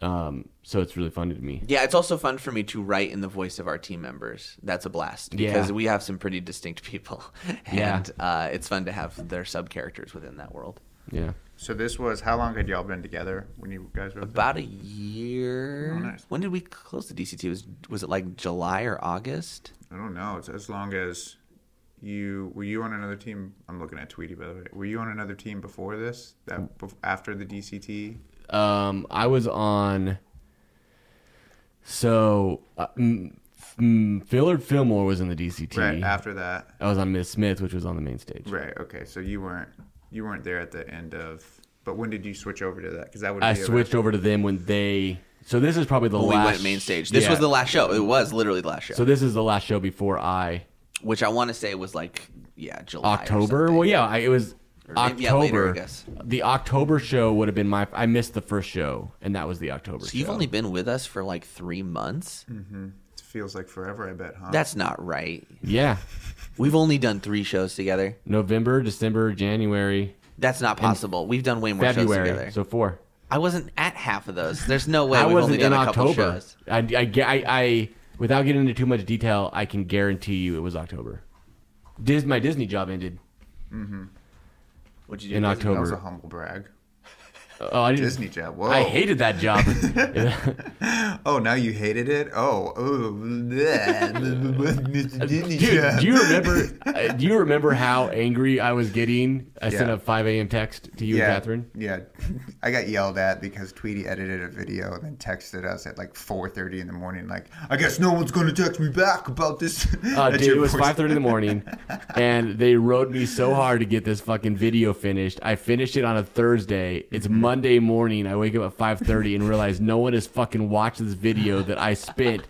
Um so it's really funny to me. Yeah, it's also fun for me to write in the voice of our team members. That's a blast because Yeah. we have some pretty distinct people, and uh, it's fun to have their sub characters within that world. Yeah. So this was how long had y'all been together when you guys were About a year. Oh, nice. When did we close the DCT? Was was it like July or August? I don't know. It's as long as you were you on another team. I'm looking at Tweety by the way. Were you on another team before this? That bef- after the DCT? um, I was on. So, uh, m- m- Willard Fillmore was in the DCT. Right after that. I was on Miss Smith, which was on the main stage. Right. Okay. So you weren't you weren't there at the end of. But when did you switch over to that? Because that would I be about- switched over to them when they. So this is probably the Well, last. we went main stage. This yeah. was the last show. It was literally the last show, So this is the last show before I which I want to say was like yeah July or October. something. well, yeah, I, it was October. maybe- yeah, later, I guess. The October show would have been my. I missed the first show, and that was the October. So you've show. only been with us for like three months. Mm-hmm. It feels like forever. I bet, huh? That's not right. yeah, We've only done three shows together. November, December, January, That's not possible. We've done way more shows February. together. So four. I wasn't at half of those. There's no way I we've wasn't only done in a couple October. shows. I, I, gu- I, I- without getting into too much detail, I can guarantee you it was October. Dis, my Disney job ended What'd you do? in that was a October. humble brag. Oh, I didn't, Disney job. Whoa. I hated that job. Oh, now you hated it. Oh, oh, bleh, Mr. Disney Dude, job. do you remember? uh, Do you remember how angry I was getting? I sent Yeah. a 5 a.m. text to you yeah, and Catherine. Yeah, I got yelled at because Tweety edited a video and then texted us at like 4:30 in the morning. Like, I guess no one's gonna text me back about this. Uh, That's dude, your it was voice. five thirty in the morning, and they rode me so hard to get this fucking video finished. I finished it on a Thursday. It's Mm-hmm. Monday morning. I wake up at five thirty and realize no one has fucking watched this video that I spent.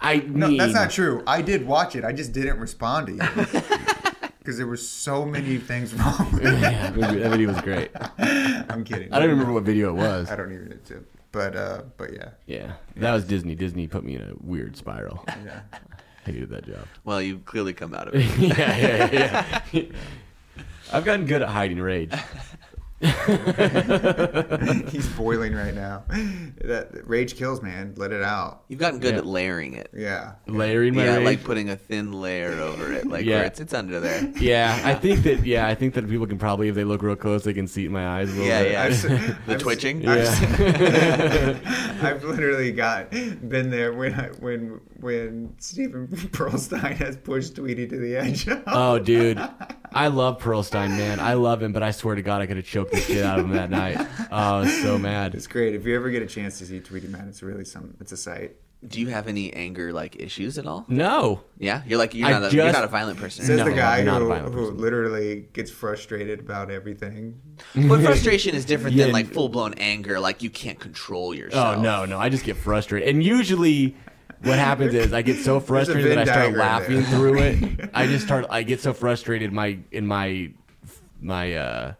I mean, No, that's not true. I did watch it. I just didn't respond to you because there were so many things wrong. With it. Yeah, that video- that video was great. I I'm kidding. don't remember what video it was. I don't even need to. But uh, but yeah, Yeah, that was Disney. Disney put me in a weird spiral. yeah. I hated that job. Well, you've clearly come out of it. yeah, yeah, yeah. I've gotten good at hiding rage. He's boiling right now. That rage kills, man. Let it out. You've gotten good Yeah. at layering it. Yeah. Layering my Yeah, rage. like putting a thin layer over it, like Yeah. where it's it's under there. Yeah, I think that. Yeah, I think that people can probably, if they look real close, they can see it in my eyes. A little Yeah, bit. yeah. I've se- the I've- twitching. yeah. I've literally got been there when I, when when Stephen Perlstein has pushed Tweety to the edge. oh, dude, I love Pearlstein, man. I love him, but I swear to God, I could have choked the shit out of him that night. Oh, I was so mad. it's great if you ever get a chance to see Tweety Man. It's really some. It's a sight. Do you have any anger like issues at all? No, Yeah, you're like you're I not, a, you're just- not a violent person. Says No, the guy I'm not a who, violent who person. literally gets frustrated about everything. But frustration is different than Yeah. like full blown anger. Like you can't control yourself. Oh no, no, I just get frustrated. And usually what happens is I get so frustrated that I Venn start laughing diagram through it. I just start I get so frustrated my in my my uh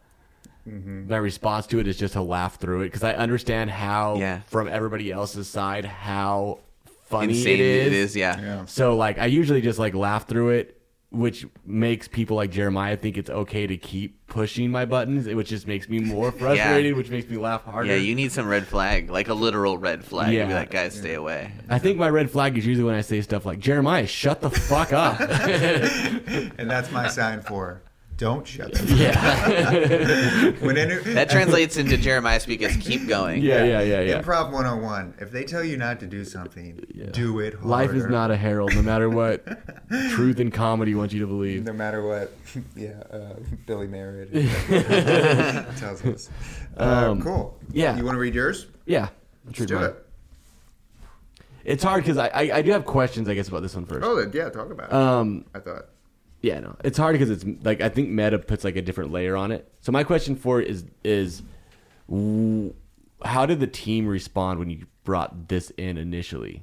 Mm-hmm. my response to it is just to laugh through it cuz I understand how Yeah. from everybody else's side how funny insane it is. it is. Yeah. So like I usually just like laugh through it, which makes people like Jeremiah think it's okay to keep pushing my buttons, which just makes me more frustrated, which makes me laugh harder. Yeah, you need some red flag, like a literal red flag. Yeah. Yeah. Be like, guys, stay away. I think my red flag is usually when I say stuff like, Jeremiah, shut the fuck up. And that's my sign for don't shut them. yeah. When any, That translates into Jeremiah speak as keep going. Yeah, yeah, yeah, yeah. Improv 101. If they tell you not to do something, do it harder. Life is not a herald, no matter what truth and comedy want you to believe. No matter what, yeah, uh, Billy narrated tells us. Uh, cool. Um, yeah. You want to read yours? Yeah. True Do mine. it. It's hard because I, I, I do have questions, I guess, about this one first. Oh, yeah. Oh, Talk about it. Um, I thought. Yeah, no, it's hard because it's like I think Meta puts like a different layer on it. So my question for it is is w- how did the team respond when you brought this in initially?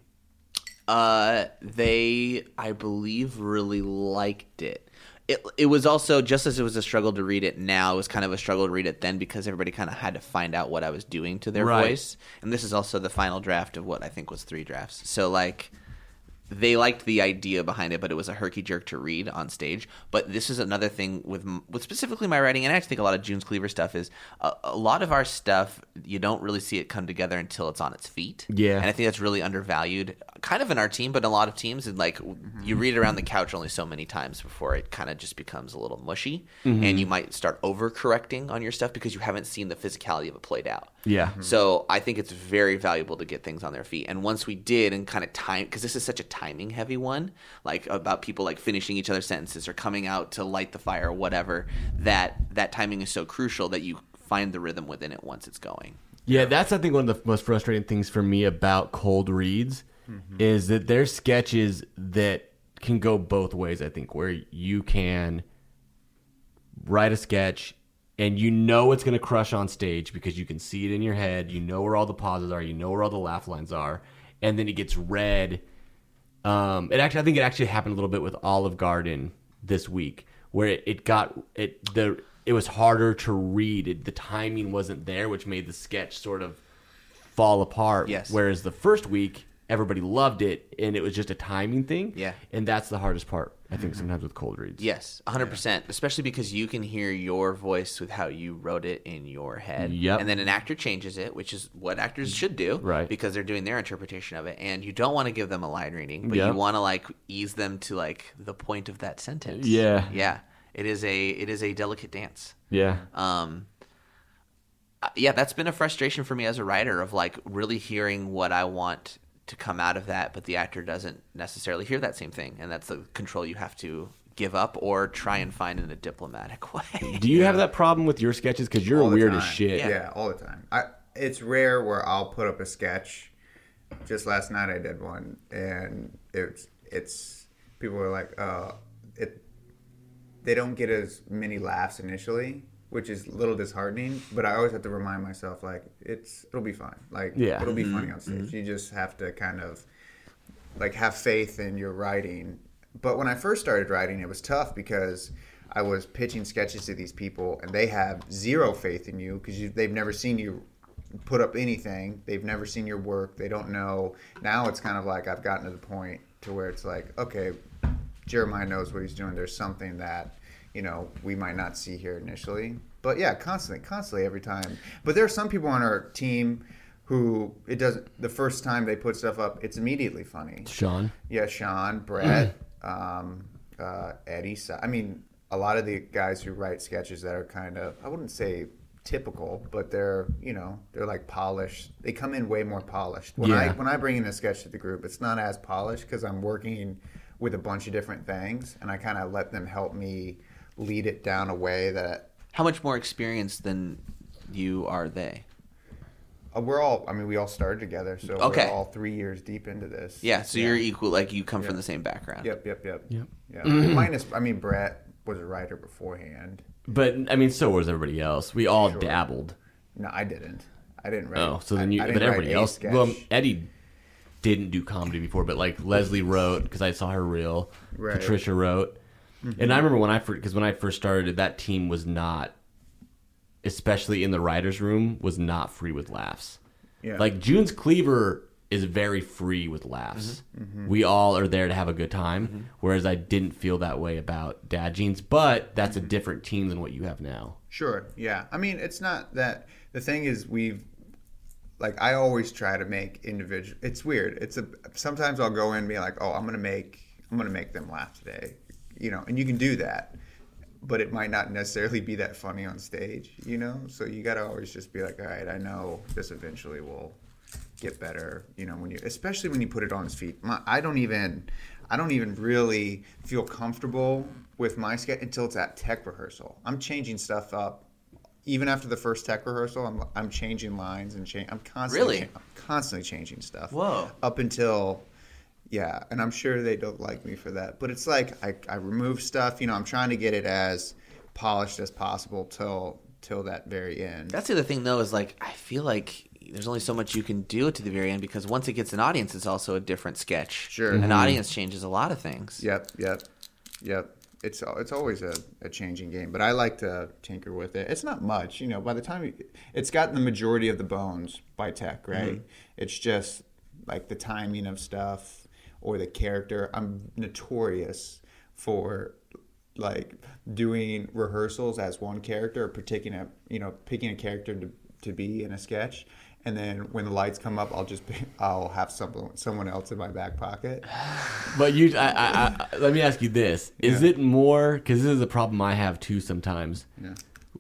Uh, they, I believe, really liked it. It, it was also just as it was a struggle to read it now, it was kind of a struggle to read it then because everybody kind of had to find out what I was doing to their Right. voice. And this is also the final draft of what I think was three drafts. So, like, they liked the idea behind it, but it was a herky jerk to read on stage. But this is another thing with m- with specifically my writing, and I think a lot of June's Cleaver stuff is a, a lot of our stuff. You don't really see it come together until it's on its feet. Yeah. and I think that's really undervalued, kind of in our team, but in a lot of teams. And like w you read it around the couch only so many times before it kind of just becomes a little mushy, and you might start overcorrecting on your stuff because you haven't seen the physicality of it played out. Yeah. So I think it's very valuable to get things on their feet. And once we did, and kind of time, because this is such a timing heavy one, like about people like finishing each other's sentences or coming out to light the fire or whatever. That that timing is so crucial that you find the rhythm within it once it's going. Yeah, that's I think one of the most frustrating things for me about cold reads is that there's sketches that can go both ways. I think where you can write a sketch and you know it's going to crush on stage because you can see it in your head. You know where all the pauses are. You know where all the laugh lines are, and then it gets read. Um, it actually, I think it actually happened a little bit with Olive Garden this week, where it, it got it the it was harder to read. It, the timing wasn't there, which made the sketch sort of fall apart. Yes. Whereas the first week, everybody loved it, and it was just a timing thing. Yeah. Mm-hmm. And that's the hardest part, I think, sometimes with cold reads. Yes, 100%, especially because you can hear your voice with how you wrote it in your head. Yep. And then an actor changes it, which is what actors should do Right. because they're doing their interpretation of it and you don't want to give them a line reading, but Yep. you want to like ease them to like the point of that sentence. Yeah. Yeah. It is a it is a delicate dance. Yeah. Um uh, yeah, that's been a frustration for me as a writer of like really hearing what I want to come out of that, but the actor doesn't necessarily hear that same thing, and that's the control you have to give up or try and find in a diplomatic way. Do you have that problem with your sketches? Because you're All the weird time. as shit. Yeah. all the time. I it's rare where I'll put up a sketch. Just last night I did one, and it's it's people were like, uh, it they don't get as many laughs initially, which is a little disheartening. But I always have to remind myself like it's it'll be fine. Like Yeah. it'll be funny on stage. You just have to kind of like have faith in your writing. But when I first started writing, it was tough because I was pitching sketches to these people, and they have zero faith in you because you, they've never seen you put up anything. They've never seen your work. They don't know. Now it's kind of like I've gotten to the point to where it's like, okay, Jeremiah knows what he's doing. There's something that you know we might not see here initially, but yeah, constantly, constantly, every time. But there are some people on our team who it doesn't. The first time they put stuff up, it's immediately funny. Sean. Yeah, Mm-hmm. Sean, Brett, um, uh, Eddie. So, I mean, a lot of the guys who write sketches that are kind of, I wouldn't say typical, but they're, you know, they're like polished. They come in way more polished. When I Yeah. when I bring in a sketch to the group, it's not as polished because I'm working with a bunch of different things, and I kind of let them help me lead it down a way that How much more experienced than you are they? uh, we're all. I mean, we all started together, so Okay. we're all three years deep into this. Yeah, so you're equal, like you come from the same background. Yep, yep, yep. Yep. Yeah. Minus, I mean, Brett was a writer beforehand. But I mean, so was everybody else. We all dabbled. No, I didn't. I didn't write. Oh, so then you, I, I but didn't write everybody a else. sketch. Well, Eddie didn't do comedy before, but like Leslie wrote because I saw her reel. Right. Mm-hmm. Patricia wrote, and I remember when I because when I first started, that team was not, especially in the writers' room, was not free with laughs. Yeah. Like June's Cleaver is very free with laughs. Mm-hmm. We all are there to have a good time. Whereas I didn't feel that way about Dad Jeans, but that's Mm-hmm. a different team than what you have now. sure, yeah. I mean, it's not that. The thing is, we've like I always try to make individual. It's weird. It's a sometimes I'll go in and be like, oh, I'm gonna make I'm gonna make them laugh today, you know, and you can do that, but it might not necessarily be that funny on stage, you know. So you gotta always just be like, all right, I know this eventually will get better, you know, when you especially when you put it on his feet. My, I don't even I don't even really feel comfortable with my sketch until it's at tech rehearsal. I'm changing stuff up even after the first tech rehearsal, I'm I'm changing lines and change. I'm constantly Really? I'm constantly changing stuff. Whoa. Up until Yeah, and I'm sure they don't like me for that. But it's like I, I remove stuff. You know, I'm trying to get it as polished as possible till till that very end. That's the other thing, though, is like I feel like there's only so much you can do to the very end because once it gets an audience, it's also a different sketch. Sure. Mm-hmm. an audience changes a lot of things. Yep, yep, yep. It's al- it's always a, a changing game, but I like to tinker with it. It's not much, you know. By the time you, it's got the majority of the bones by tech, right? It's just like the timing of stuff or the character. I'm notorious for like doing rehearsals as one character or picking a you know picking a character to, to be in a sketch and then when the lights come up i'll just be, i'll have someone someone else in my back pocket But you, I, I, I, let me ask you this: Is it more because this is a problem I have too sometimes?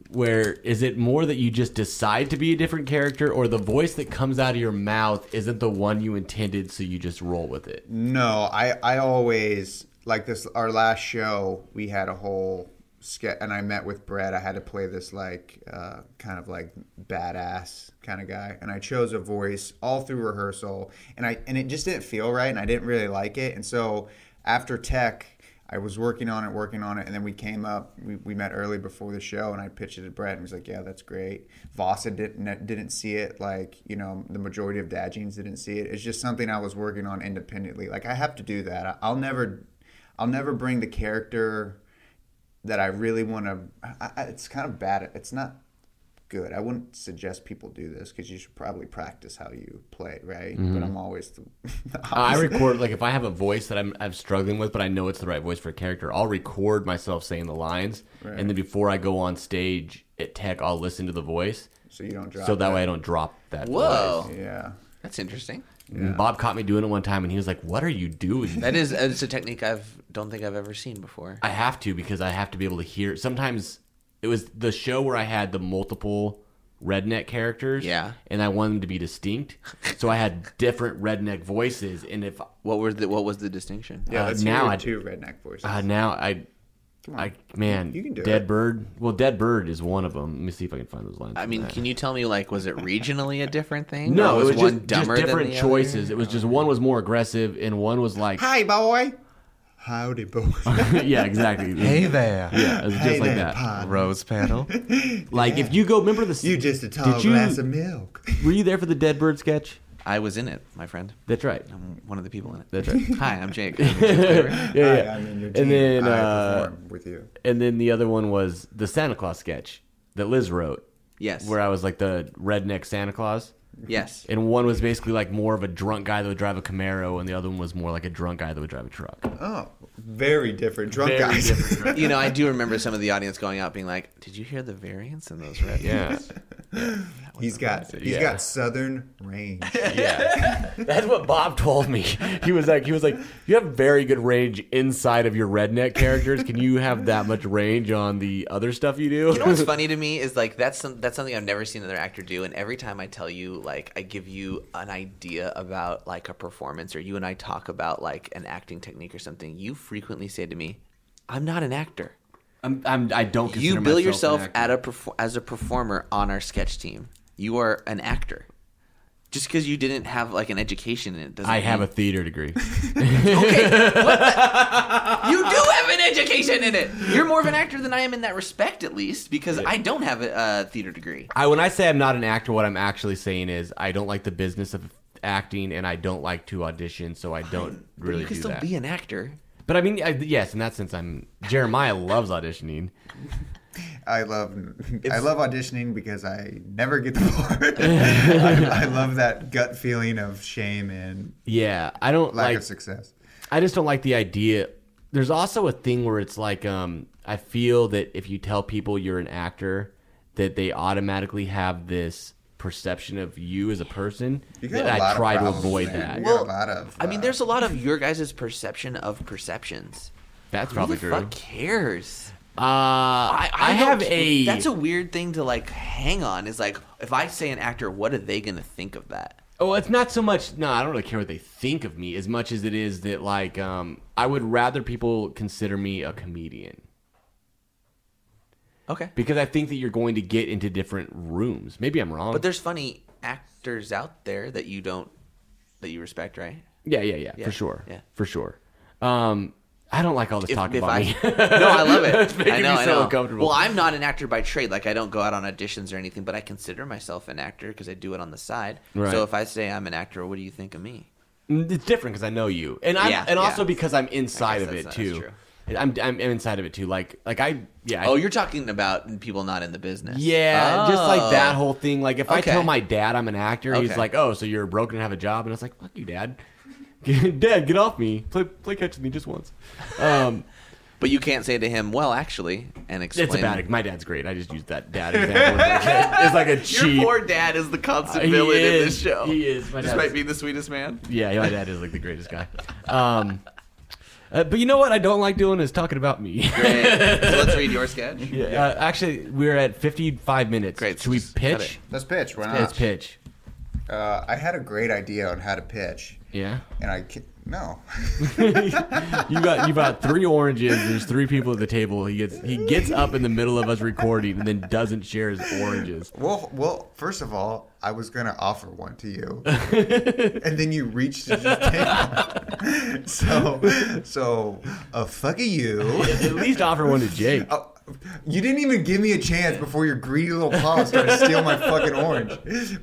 Where is it more that you just decide to be a different character, or the voice that comes out of your mouth isn't the one you intended, so you just roll with it? No, I I always like this. Our last show, we had a whole sketch, and I met with Brett. I had to play this like uh, kind of like badass kind of guy, and I chose a voice all through rehearsal, and I and it just didn't feel right, and I didn't really like it, and so after tech. I was working on it, working on it, and then we came up. We, we met early before the show, and I pitched it to Brett, and he's like, "Yeah, that's great." Vossa didn't didn't see it. Like you know, the majority of dad jeans didn't see it. It's just something I was working on independently. Like I have to do that. I- I'll never, I'll never bring the character that I really want to. It's kind of bad. It's not good. I wouldn't suggest people do this because you should probably practice how you play, right? But I'm always the, the Mm-hmm. I opposite. record like if I have a voice that I'm, I'm struggling with, but I know it's the right voice for a character. I'll record myself saying the lines, and then before I go on stage at Tech, I'll listen to the voice, so you don't drop. so that way I don't drop that. Whoa, Yeah. that's interesting. voice. And Bob caught me doing it one time, and he was like, "What are you doing?" That is it's a technique I've don't think I've ever seen before. I have to because I have to be able to hear. Sometimes it was the show where I had the multiple redneck characters. Yeah. And I wanted them to be distinct. So I had different redneck voices. And if What were the what was the distinction? Yeah, Uh, let's now hear I- your two redneck voices. uh, now I, I man, you can do Dead it. Bird. Well, Dead Bird is one of them. Let me see if I can find those lines. I from mean, that. can you tell me like was it regionally a different thing? no, Or it was one just, just dumber different than the choices. It was just one was more aggressive and one was like, Hi, boy. Howdy, boy. yeah, exactly. Hey there, Yeah, it was just Hey like there, that. pop. rose petal. Like if you go, remember the You just a tall Did you- glass of milk. were you there for the Dead Bird sketch? other? I was in it, my friend. That's right. I'm one of the people in it. That's right. Hi, I'm Jake. yeah, Yeah, Hi, yeah. I'm in your team. and then I uh, perform with you. and then the other one was the Santa Claus sketch that Liz wrote. Yes. Where I was like the redneck Santa Claus. Yes. And one was basically like more of a drunk guy that would drive a Camaro, and the other one was more like a drunk guy that would drive a truck. Oh, very different. Drunk Very guys. different, You know, I do remember some of the audience going out being like, "Did you hear the variance in those red?" Yeah. he's got he's Yeah. got southern range. Yeah. That's what Bob told me. He was like he was like, You have very good range inside of your redneck characters. Can you have that much range on the other stuff you do? You know what's funny to me is like that's some, that's something I've never seen another actor do, and every time I tell you, like, I give you an idea about like a performance, or you and I talk about like an acting technique or something, you frequently say to me, "I'm not an actor." I'm, I'm I don't consider you bill myself yourself an actor. at a perfor- as a performer on our sketch team. You are an actor. Just because you didn't have like an education in it doesn't. I have a mean- theater degree. You do have an education in it. You're more of an actor than I am in that respect, at least, because I don't have a uh, theater degree. I when I say I'm not an actor, what I'm actually saying is I don't like the business of acting, and I don't like to audition, so I don't really you can do still that. be an actor. but I mean, I, yes, in that sense, I'm Jeremiah loves auditioning. I love I love auditioning because I never get the part. I, I love that gut feeling of shame and Yeah, I don't lack like. of success. I just don't like the idea. There's also a thing where it's like, um, I feel that if you tell people you're an actor, that they automatically have this perception of you as a person. You got that a I lot of try to problems, avoid man. that. You got a lot of, I mean, uh, there's a lot of your guys' perception of perceptions. That's Who probably the true. fuck cares? Uh, I, I, don't have ca- a. That's a weird thing to like hang on. Is like if I say an actor, what are they gonna think of that? Oh, it's not so much. No, I don't really care what they think of me as much as it is that like um, I would rather people consider me a comedian Okay, because I think that you're going to get into different rooms. Maybe I'm wrong, but there's funny actors out there that you don't that you respect, right? Yeah, yeah, yeah, Yeah, for sure. yeah. for sure. Um, I don't like all this If- talk if about I- me. No, I love it. It's making I know, me I so know. uncomfortable. Well, I'm not an actor by trade. Like I don't go out on auditions or anything, but I consider myself an actor because I do it on the side. Right. So if I say I'm an actor, what do you think of me? it's different because I know you, and I Yeah, am and yeah. also because I'm inside of that's- it that's too. true. And I'm, I'm inside of it too. Like like I yeah. I- Oh, you're talking about people not in the business. yeah, just Oh. like that whole thing. Like if I Okay. tell my dad I'm an actor, he's Okay. like, "Oh, so you're broken and have a job?" And it's like, "Fuck you, dad! dad, get off me! Play play catch with me just once." Um, But you can't say to him, "Well, actually," and explain. it's a bad. My dad's great. I just used that dad example. as like a- it's like a cheap. Your poor dad is the constant He villain in this is. show. He is. My dad's- Despite being the sweetest man. Yeah, my dad is like the greatest guy. Um, uh, but you know what I don't like doing is talking about me. Great. so let's read your sketch. Uh, actually, we're at 55 minutes. Great, so Should we just cut it. pitch? Let's pitch. Why Yeah, Let's not? pitch. Uh, I had a great idea on how to pitch, Yeah. and I ca- no. You got you got three oranges. There's three people at the table. He gets he gets up in the middle of us recording and then doesn't share his oranges. Well, well, first of all, I was gonna offer one to you, and then you reached to just take it. So, so, uh, fuck you. At least offer one to Jake. Oh, you didn't even give me a chance before your greedy little paws started to steal my fucking orange.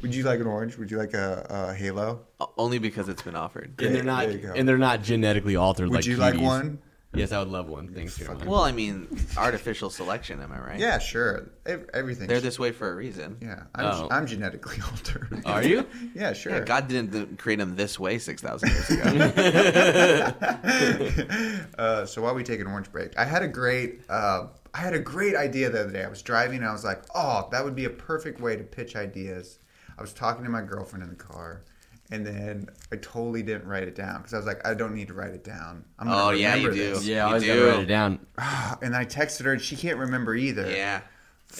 Would you like an orange? Would you like a, a halo? Only because it's been offered. and they're not there you go. and they're not genetically altered Would like you like cuties. one? Yes, I would love one. Thanks, Jeremiah. Well, I mean, artificial selection. Am I right? Yeah, sure. Ev- Everything. They're this way for a reason. Yeah, I'm, Oh. I'm genetically altered. Are you? Yeah, sure. Yeah, God didn't create them this way six thousand years ago. Uh, so while we take an orange break, I had a great, uh, I had a great idea the other day. I was driving and I was like, oh, that would be a perfect way to pitch ideas. I was talking to my girlfriend in the car, and then I totally didn't write it down because I was like, I don't need to write it down. I'm gonna Oh, yeah, you remember do. this." Yeah, I I always always got gotta to write write it it down. And I texted her and she can't remember either. yeah.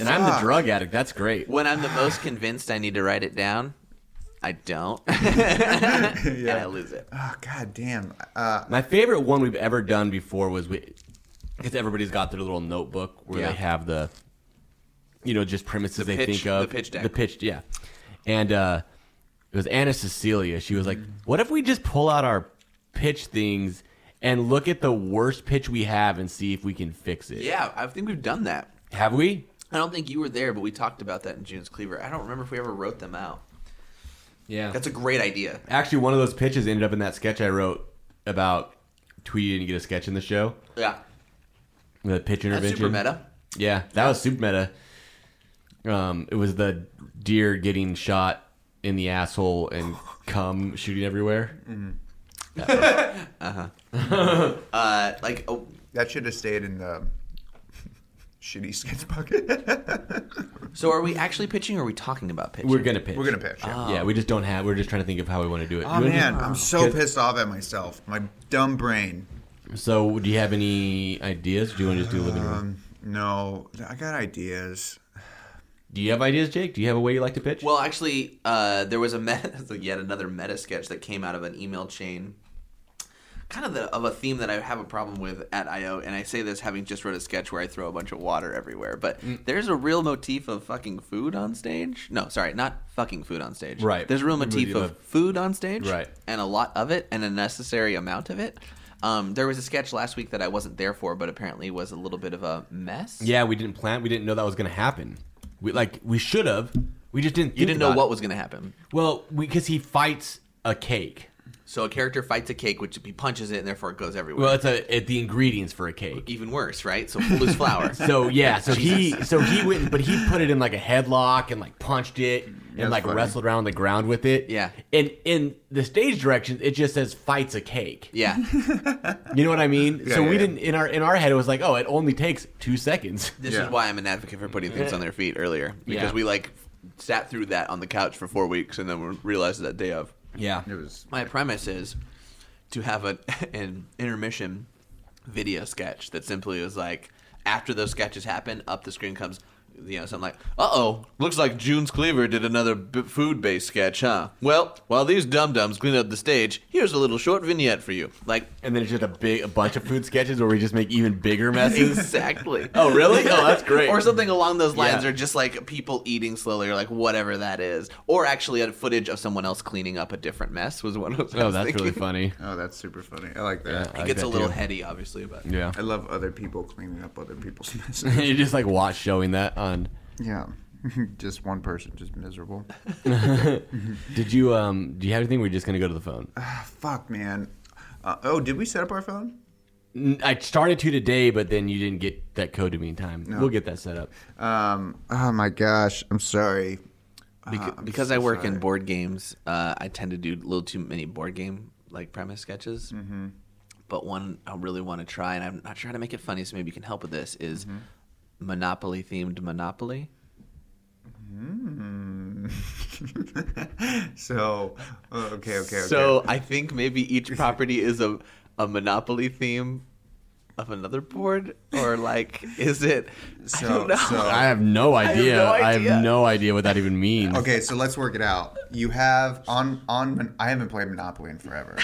And I'm the Fuck. drug addict. That's great. When I'm the most convinced I need to write it down, I don't, and I lose it. Oh god damn. Uh, My favorite one we've ever done before was we, because everybody's got their little notebook where Yeah. they have the, you know, just premises they pitch- think of the pitch deck. The pitch, yeah. And uh, it was Anna Cecilia. She was like, Mm-hmm. "What if we just pull out our pitch things and look at the worst pitch we have and see if we can fix it? Yeah, I think we've done that. Have we? I don't think you were there, but we talked about that in June's Cleaver. I don't remember if we ever wrote them out. Yeah. That's a great idea. Actually, one of those pitches ended up in that sketch I wrote about Tweety didn't get a sketch in the show. Yeah, The pitch that's intervention. super meta. Yeah, that was super meta. Um, it was the deer getting shot in the asshole and cum shooting everywhere. Uh, like, oh, that should have stayed in the shitty sketch bucket. so are we actually pitching? or Are we talking about pitching? We're gonna pitch. We're gonna pitch. Uh, yeah. Yeah, we just don't have. We're just trying to think of how we want to do it. Oh You wanna man, do- I'm so pissed off at myself. My dumb brain. so, do you have any ideas? Do you want to just do living room? No, I got ideas. Do you have ideas, Jake? Do you have a way you like to pitch? Well, actually, uh, there was a meta, so yet another meta sketch that came out of an email chain, kind of the, of a theme that I have a problem with at IO. And I say this having just wrote a sketch where I throw a bunch of water everywhere. But Mm. there's a real motif of fucking food on stage. No, sorry, not fucking food on stage. Right. There's a real Motif motif of- of food on stage. Right. And a lot of it, and a necessary amount of it. Um, there was a sketch last week that I wasn't there for, but apparently was a little bit of a mess. yeah, we didn't plan. We didn't know that was gonna happen. We like we should have. We just didn't. Think You didn't know about what it. was going to happen. Well, because he fights a cake. So a character fights a cake, which he punches it, and therefore it goes everywhere. Well, it's a it, the ingredients for a cake. even worse, right? So fool is flour. So yeah, so he so he went, but he put it in like a headlock and like punched it and like funny. wrestled around the ground with it. Yeah. And in the stage directions, it just says fights a cake. yeah, You know what I mean? so yeah, we yeah. didn't in our in our head it was like, oh, it only takes two seconds. this Yeah. is why I'm an advocate for putting things on their feet earlier because Yeah. we like sat through that on the couch for four weeks and then we realized that day of. Yeah. It was My premise is to have a, an intermission video sketch that simply was like after those sketches happen, up the screen comes you know, something like, "Uh oh, looks like June's Cleaver did another b- food-based sketch, huh?" Well, while these dum dums clean up the stage, here's a little short vignette for you. Like, And then it's just a big, a bunch of food sketches where we just make even bigger messes. exactly. oh, really? Oh, that's great. or something along those lines, Yeah. or just like people eating slowly, or like whatever that is, or actually a footage of someone else cleaning up a different mess was one of. Oh, that's really funny. Oh, that's super funny. I like that. I It like gets that a little too. heady, obviously, but Yeah. I love other people cleaning up other people's messes. you just like watch showing that on. yeah. just one person, just miserable. Did you um? Do you have anything? We're just gonna go to the phone. Ah, Fuck, man. Uh, oh, did we set up our phone? N- I started to today, but then you didn't get that code to me in time. We'll get that set up. Um, oh my gosh, I'm sorry. Because, because I work in board games, uh, I tend to do a little too many board game like premise sketches. Mm-hmm. But one I really want to try, and I'm not sure how to make it funny, so maybe you can help with this. Is Mm-hmm. Monopoly themed Monopoly? So, oh, okay, okay, okay. So I think maybe each property is a a Monopoly theme of another board, or like is it? I So- don't know. so- I have no idea. no I have idea. no idea what that even means. okay, so let's work it out. You have on on. I haven't played Monopoly in forever.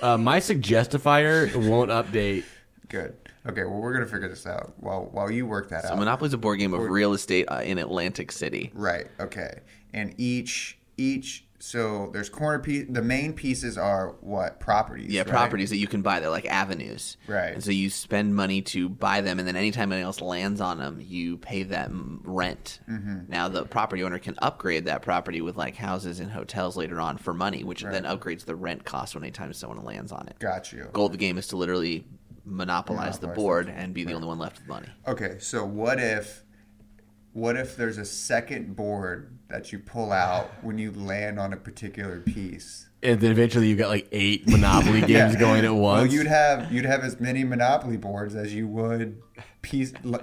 Uh, my suggestifier won't update. Good. Okay, well we're gonna figure this out while while you work that So out. Monopoly is a board game of real estate uh, in Atlantic City. Right. Okay. And each each so there's corner piece. The main pieces are what properties. Yeah, right? properties that you can buy. They're like avenues. Right. And so you spend money to buy them, and then anytime anyone else lands on them, you pay them rent. Mm-hmm. Now the property owner can upgrade that property with like houses and hotels later on for money, which then upgrades the rent cost when anytime someone lands on it. Got you. Goal of the game is to literally monopolize the Monopolize board and be the only one left with money. Okay. So what if what if there's a second board that you pull out when you land on a particular piece? And then eventually you got like eight Monopoly games Yeah. going at once. Well, you'd have you'd have as many Monopoly boards as you would piece li-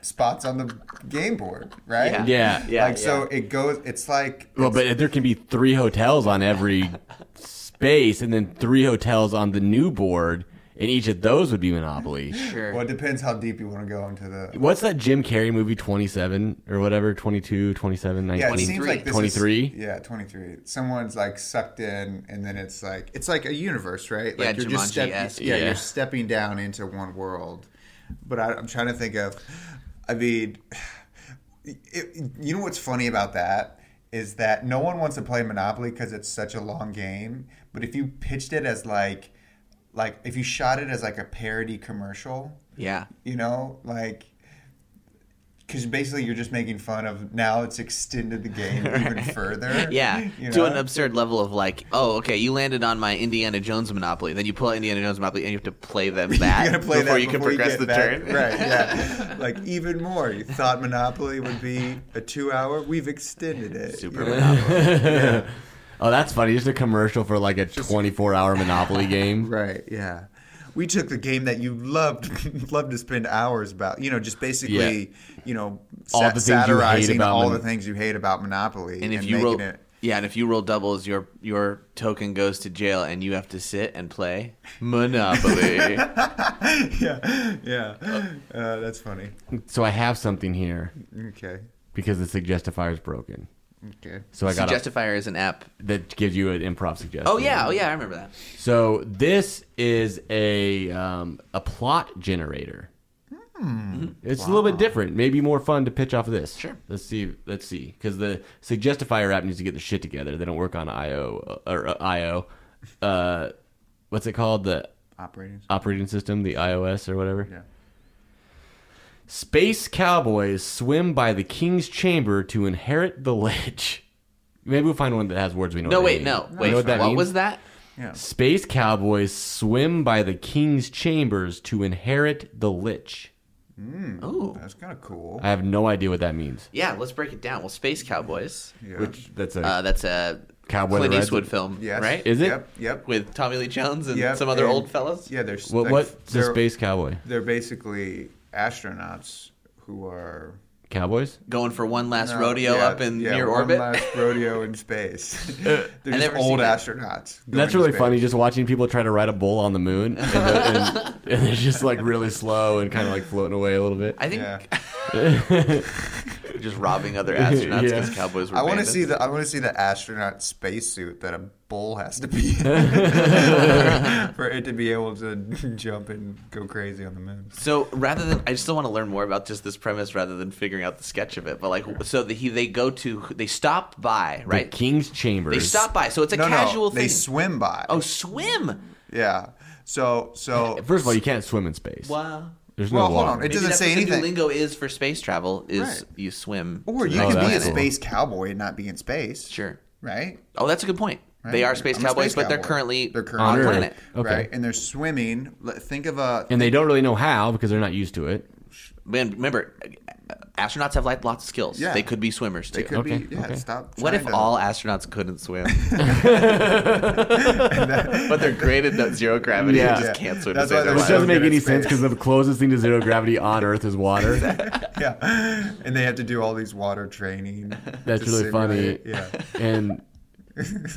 spots on the game board, right? Yeah. yeah. Yeah, like so, it goes. It's like Well, but if there can be three hotels on every space, and then three hotels on the new board, and each of those would be Monopoly. Sure. well, it depends how deep you want to go into the. What's that Jim Carrey movie, 27 or whatever, 22, 27, 19? Yeah, it seems like this is- 23? yeah, twenty three. Someone's like sucked in, and then it's like it's like a universe, right? Like Yeah, you're just Jumanji-esque. step, yeah, Yeah. you're stepping down into one world. But I, I'm trying to think of. I mean, it, you know what's funny about that is that no one wants to play Monopoly because it's such a long game. But if you pitched it as like, like if you shot it as like a parody commercial, yeah. you know, like because basically you're just making fun of now it's extended the game even further. Yeah, you to know? an absurd level of like, oh, okay, you landed on my Indiana Jones Monopoly. Then you pull out Indiana Jones Monopoly, and you have to play them back You gotta play before that you can before progress get the back- turn. right? Yeah, like even more. You thought Monopoly would be a two-hour. We've extended it. Super you know? Monopoly. Oh, that's funny. Just a commercial for like a 24 hour Monopoly game. Right. Yeah. We took the game that you loved loved to spend hours about. You know, just basically, you know, All sa- the things you hate satirizing about all Mon- the things you hate about Monopoly And and, if you making roll, it. yeah, and if you roll doubles, your your token goes to jail, and you have to sit and play Monopoly. Oh Yeah. Oh. Yeah. Uh, that's funny. So I have something here Okay. because the suggestifier is broken. Okay. So I got a, Suggestifier is an app. that gives you an improv suggestion. Oh yeah, oh yeah, I remember that. So this is a um, a plot generator. It's a little bit different. Maybe more fun to pitch off of this. Hmm. Sure. Let's see. Let's see. Because the Suggestifier app needs to get the shit together. They don't work on IO uh, or uh, IO. Uh, what's it called? The Operating. uh, operating system, the iOS or whatever. Yeah. Space cowboys swim by the king's chamber to inherit the ledge. Maybe we'll find one that has words we know. No, what they mean. wait, no, You wait. know What, that means? was that? Space cowboys swim by the king's chambers to inherit the lich. Oh, That's kind of cool. I have no idea what that means. yeah. Let's break it down. Well, Space Cowboys. Yeah. Which that's a Uh, that's a Cowboy Clint that rides Eastwood it? film, Yes. right? Is it? Yep. Yep. with Tommy Lee Jones and yep. some other and- old fellas. Yeah. There's what like, what's a they're- space cowboy? They're basically astronauts who are Cowboys? going for one last No, rodeo yeah, up in yeah, near one orbit. last rodeo in space. They're just never old seen that. astronauts. going That's to really space. funny, just watching people try to ride a bull on the moon, and, the, and, and it's just like really slow and kind of like floating away a little bit. I think Yeah. just robbing other astronauts Yeah. because cowboys were. I want to bandits. see the I want to see the astronaut spacesuit that a bull has to be in for it to be able to jump and go crazy on the moon. So rather than, I still want to learn more about just this premise rather than figuring out the sketch of it. But like, so the, he they go to they stop by The right. King's Chambers. They stop by, so it's a No, casual no, thing. they swim by. oh, swim! yeah. So so First of all, you can't swim in space. Wow. There's no well, hold water. on. It Maybe doesn't that's say what the new anything. lingo is for space travel is Right. you swim. Or to you the Oh, can next be a that's planet. cool. space cowboy and not be in space. Sure. Right? Oh, that's a good point. They are space I'm a cowboys, space but they're cowboy. currently They're currently on Earth. planet. Okay. Right. And they're swimming. Let- Think of a And they don't really know how because they're not used to it. Man, remember, astronauts have like lots of skills. Yeah. They could be swimmers too. it could Okay, be yeah, okay. stop. What trying if to- all astronauts couldn't swim? but they're graded at zero gravity Yeah. and just Yeah. can't swim. That's to why save their they're Which lives. so doesn't make good at any sense space. because the closest thing to zero gravity on Earth is water. Yeah. And they have to do all these water training. That's to really funny. simulate- Yeah. And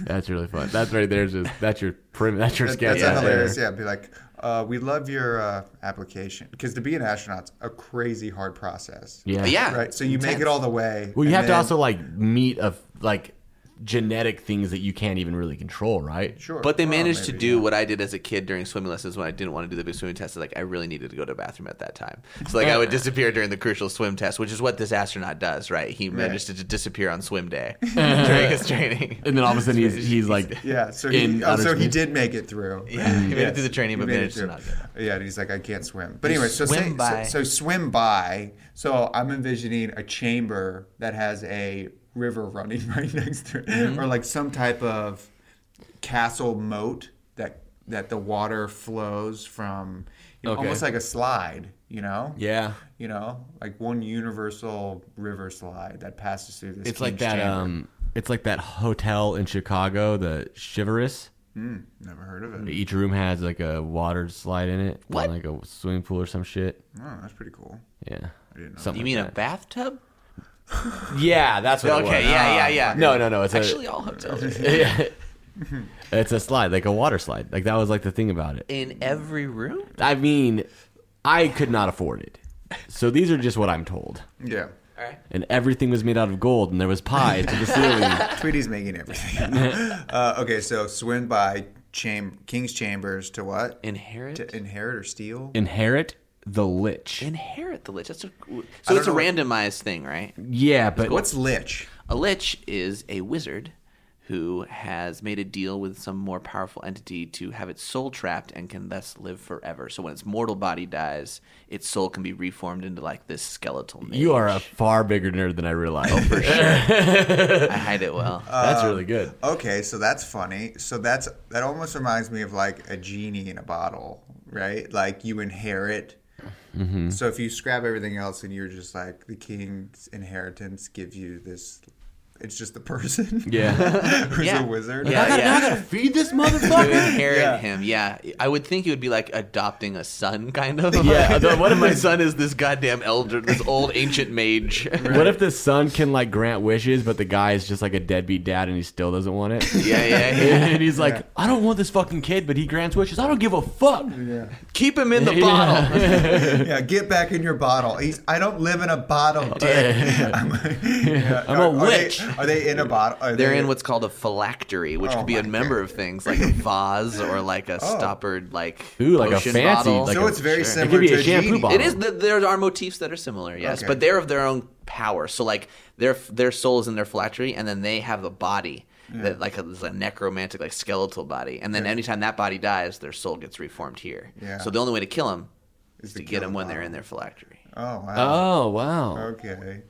that's really fun. That's right there's just that's your prim that's your That- sketch. that's right a there. hilarious. Yeah, be like, uh, we love your uh, application because to be an astronaut's a crazy hard process. Yeah. yeah. Right. So you make it Intense. all the way. Well you and have to then- also like meet of like genetic things that you can't even really control, right? Sure. But they well, managed to maybe, do yeah. what I did as a kid during swimming lessons when I didn't want to do the big swimming test. Like I really needed to go to the bathroom at that time, so like I would disappear during the crucial swim test, which is what this astronaut does, right? He managed to disappear on swim day during his training. And then all of a sudden he's he's like Yeah. So in he, oh, outer so he space. did make it through. Yeah, he made it Yes, through the training, he but made it managed to through. not get out. Yeah, and he's like, I can't swim. But anyway, so swim say, by. So, so swim by. So I'm envisioning a chamber that has a river running right next to it, Mm-hmm. or like some type of castle moat that that the water flows from, you know, Okay. almost like a slide. You know. Yeah. You know, like one universal river slide that passes through this. It's like king's that chamber. um it's like that hotel in Chicago, the Chivalrous. Never heard of it. Each room has like a water slide in it, What? like a swimming pool or some shit. Oh, that's pretty cool. Yeah, didn't know something. You mean a like bathtub? that. yeah, that's what. Okay, it was. yeah, yeah, yeah. No, no, no. It's Actually, all hotels. Are a yeah. it's a slide, like a water slide. Like that was like the thing about it. in every room. I mean, I could not afford it, so these are just what I'm told. Yeah. All right. And everything was made out of gold, and there was pies to the ceiling. Tweety's making everything. uh, okay, so swim by cham- King's Chambers to what? Inherit. to inherit or steal? Inherit the lich. Inherit the lich. That's a, so it's a know what- randomized thing, right? Yeah, but What's lich? A lich is a wizard who has made a deal with some more powerful entity to have its soul trapped and can thus live forever. So when its mortal body dies, its soul can be reformed into like this skeletal. Mage. you are a far bigger nerd than I realized. for sure. I hide it well. That's really good. Okay, so that's funny. So that's that almost reminds me of like a genie in a bottle, right? Like you inherit. Mm-hmm. So if you scrap everything else and you're just like the king's inheritance gives you this, it's just the person Yeah. who's Yeah. a wizard. Yeah, yeah. Feed this You motherfucker. inherit Yeah. him. Yeah, I would think it would be like adopting a son, kind of. Yeah, Like, the- what if my son is this goddamn elder, this old ancient mage? What if the son can like grant wishes, but the guy is just like a deadbeat dad and he still doesn't want it? yeah, yeah, yeah. and he's like, I don't want this fucking kid, but he grants wishes. I don't give a fuck. Keep him in the Yeah. bottle. Yeah, get back in your bottle. He's, I don't live in a bottle, dick. I'm, yeah, I'm a are- are they- witch. Are they, in a bottle? Are They're they- in what's called a phylactery, which Oh could be a my Oh. number of things, like a vase or like a stoppered like Ooh, like a potion fancy, bottle. like So a- it's Sure. very It similar could be to a shampoo genie. bottle. it is. That there are motifs that are similar, yes, Okay. but they're of their own power. So like their their soul is in their phylactery, and then they have a body that like a, is a necromantic, like skeletal body, and then anytime that body dies, their soul gets reformed here. Yeah. So the only way to kill them is, to, to get kill them the when they're body. in their phylactery. Oh Uh. wow. Oh wow. Okay.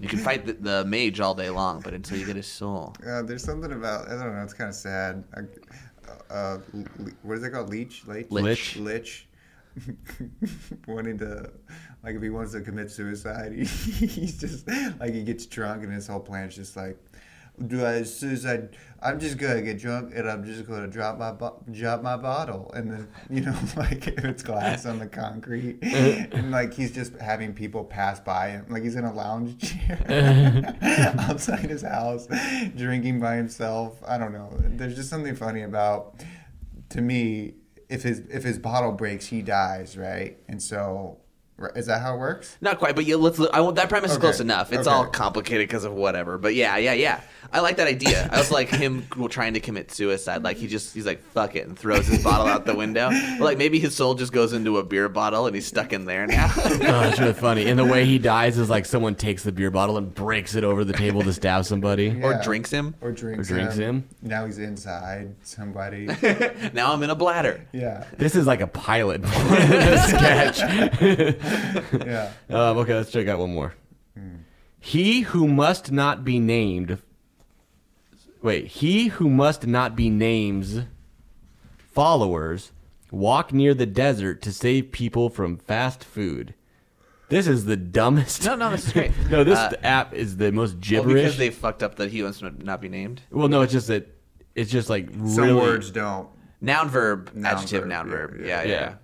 You can fight the, the mage all day long, but until you get his soul. Uh, there's something about I don't know. It's kind of sad. Uh, uh, le- what is it called? Leech? Leech? Lich. Lich. Wanting to, like, if he wants to commit suicide, he, he's just like he gets drunk and his whole plan's just like, do I, as soon as I, I'm just gonna get drunk and I'm just gonna drop my bo- drop my bottle and then you know like it's glass on the concrete and like he's just having people pass by him like he's in a lounge chair outside his house drinking by himself. I don't know. There's just something funny about to me if his if his bottle breaks he dies right and so r- is that how it works Not quite, but yeah, let's. Look, I want that premise is Okay. close enough. It's all Okay. complicated because of whatever, but yeah, yeah, yeah. I like that idea. I was like him trying to commit suicide. Like he just he's like fuck it and throws his bottle out the window. But, like maybe his soul just goes into a beer bottle and he's stuck in there now. Oh, it's really funny. And the way he dies is like someone takes the beer bottle and breaks it over the table to stab somebody. Or Yeah. drinks him. or drinks, Or drinks him. now he's inside somebody Now I'm in a bladder. yeah This is like a pilot more than a sketch. yeah Um, okay, let's check out one more. He who must not be named. Wait, he who must not be names followers walk near the desert to save people from fast food. This is the dumbest. No, no, this is great. No, this Uh, app is the most well, because gibberish. they fucked up that he wants to not be named. Well, no, it's just that it's just like some really, words don't Noun verb, Noun adjective, verb, noun yeah, verb. yeah. Yeah, yeah. yeah.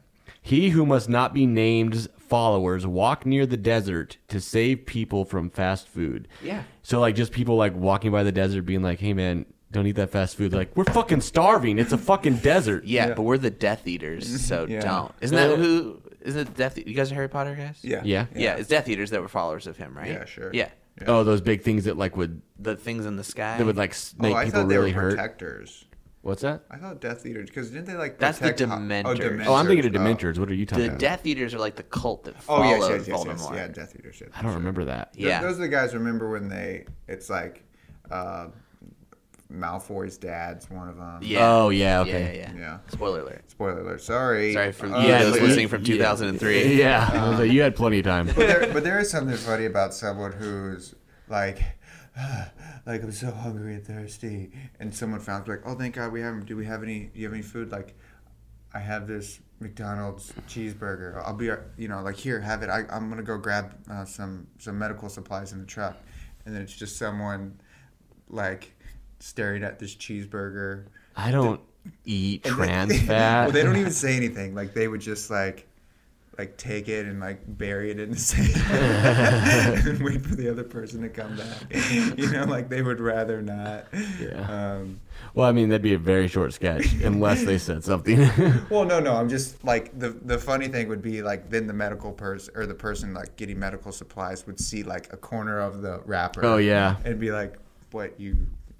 He who must not be named's followers walk near the desert to save people from fast food. Yeah. So like just people like walking by the desert being like, "Hey man, don't eat that fast food." They're like, "We're fucking starving. It's a fucking desert." but we're the Death Eaters, so Yeah. don't. Isn't that who? Isn't it Death? E-, You guys are Harry Potter guys? yeah Yeah. yeah, It's Death Eaters that were followers of him, right? Yeah, sure. Yeah, Oh, those big things that like would the things in the sky. that would like s- make oh i people thought they really were hurt. protectors What's that? i thought death eaters because didn't they like That's the protect ho- oh, Dementors. Oh, I'm thinking of Dementors. Dementors. What are you talking the about? Death Eaters are like the cult that oh, oh followed yes, yes, yes, yes, Voldemort. yeah death eaters yeah, I don't remember that. Th- Yeah. Those are the guys remember when they it's like uh Malfoy's dad's one of them. Yeah. Oh, yeah, Yeah, okay. yeah, yeah. Yeah. Spoiler alert. Spoiler alert. Sorry. Sorry for Uh, you yeah, those but- listening from yeah. 2003. Yeah. I was like, you had plenty of time. but, there, but there is something funny about someone who's like like I'm so hungry and thirsty and someone found like, Oh thank God we have 'em. do we have any do you have any food? Like I have this McDonald's cheeseburger. I'll be, you know, like here, have it. I, I'm gonna go grab uh, some some medical supplies in the truck, and then it's just someone like staring at this cheeseburger. I don't eat trans well, fat. they don't even say anything. Like they would just like like take it and like bury it in the sand and wait for the other person to come back. you know, like they would rather not. Yeah. Um, Well, I mean, that'd be a very short sketch unless they said something. Well, no, no. I'm just like the the funny thing would be like then the medical person or the person like getting medical supplies would see like a corner of the wrapper. Oh, yeah. and be like, "What you?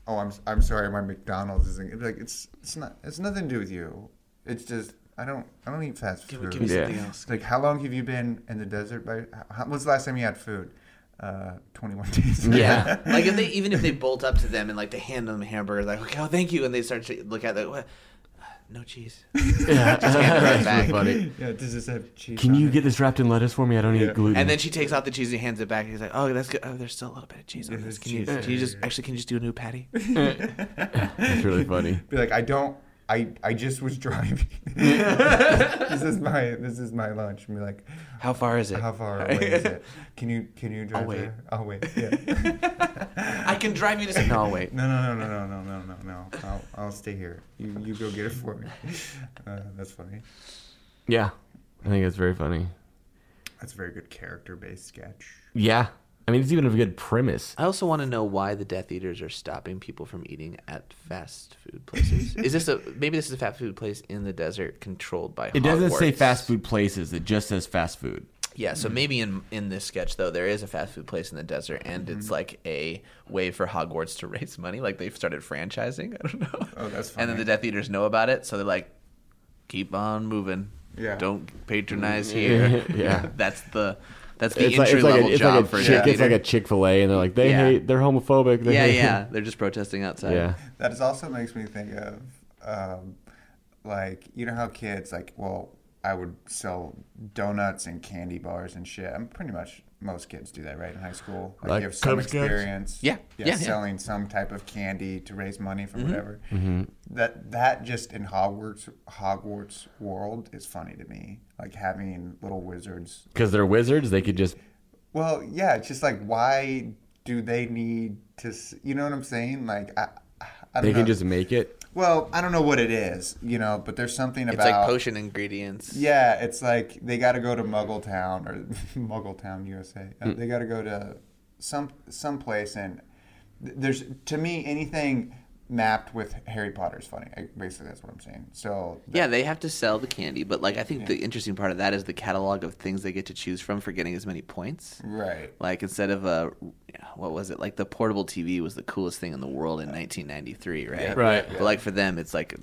Oh, I'm I'm sorry, my McDonald's isn't it'd be like it's it's not it's nothing to do with you. It's just I don't I don't eat fast food. Give me Yeah. something else. Like how long have you been in the desert? By how, when's the last time you had food? Uh, 21 days. Yeah. like if they even if they bolt up to them and like they hand them a hamburger, like okay, oh thank you, and they start to look at like what? no cheese. That's back. so funny. yeah. Does this have cheese? Can on you it? get this wrapped in lettuce for me? I don't eat gluten. And then she takes out the cheese and hands it back. And he's like, "Oh, that's good. Oh, there's still a little bit of cheese on There's this. Can you, cheese. can you just actually can you just do a new patty?" it's really funny. be like, I don't. I, I just was driving. this is my this is my lunch. And be like, How far is it? how far away is it? Can you can you drive wait. there? I'll wait. Yeah. I can drive you to. No, wait. No no no no no no no no no. I'll I'll stay here. You you go get it for me. Uh, that's funny. Yeah. I think it's very funny. That's a very good character based sketch. Yeah. I mean, it's even a good premise. I also want to know why the Death Eaters are stopping people from eating at fast food places. is this a maybe this is a fast food place in the desert controlled by? It doesn't say Hogwarts. fast food places, it just says fast food. Yeah, so maybe in in this sketch though there is a fast food place in the desert and Mm-hmm. it's like a way for Hogwarts to raise money. Like they've started franchising. I don't know. Oh, that's And then funny. the Death Eaters know about it, so they're like, keep on moving. Yeah. Mm-hmm. Don't patronize here. Yeah. That's the that's the It's like, entry it's like, level a, it's, job like for a a chick, Death it's like a Eater. Chick fil A, and they're like, they Yeah. hate, they're homophobic. They yeah, hate- yeah. They're just protesting outside. Yeah. That is also makes me think of, um, like you know how kids like well I would sell donuts and candy bars and shit. I'm pretty much most kids do that right in high school. Like, Like you have some Cub Scouts? experience, Yeah, yeah, Mm-hmm. yeah. selling some type of candy to raise money for whatever. Mm-hmm. That that just in Hogwarts Hogwarts world is funny to me. Like having little wizards Because they're wizards, they could just. well, yeah, it's just like why do they need to s- you know what I'm saying? Like I, I don't They know. Uh-huh. can just make it. well, I don't know what it is, you know, but there's something It's about like potion ingredients. Yeah, it's like they got to go to Muggle Town or Muggle Town, USA. Uh, Hmm. They got to go to some some place, and th- there's to me anything mapped with Harry Potter is funny. I, basically, that's what I'm saying. So Yeah, they have to sell the candy, but like I think the interesting part of that is the catalog of things they get to choose from for getting as many points. right, Like instead of a what was it? Like the portable TV was the coolest thing in the world in 1993, right? Right. But like for them, it's like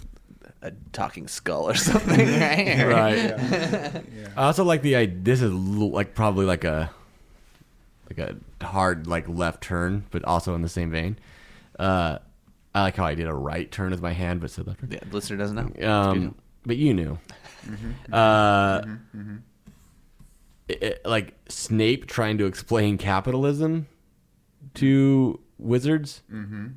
a, a talking skull or something, right? Right. I also like the idea. This is l- like probably like a like a hard like left turn, but also in the same vein. Uh, I like how I did a right turn with my hand, but said left. Turn. Yeah, the listener doesn't know. Um, but you knew. Uh, it- it- like Snape trying to explain capitalism to wizards. Mm-hmm.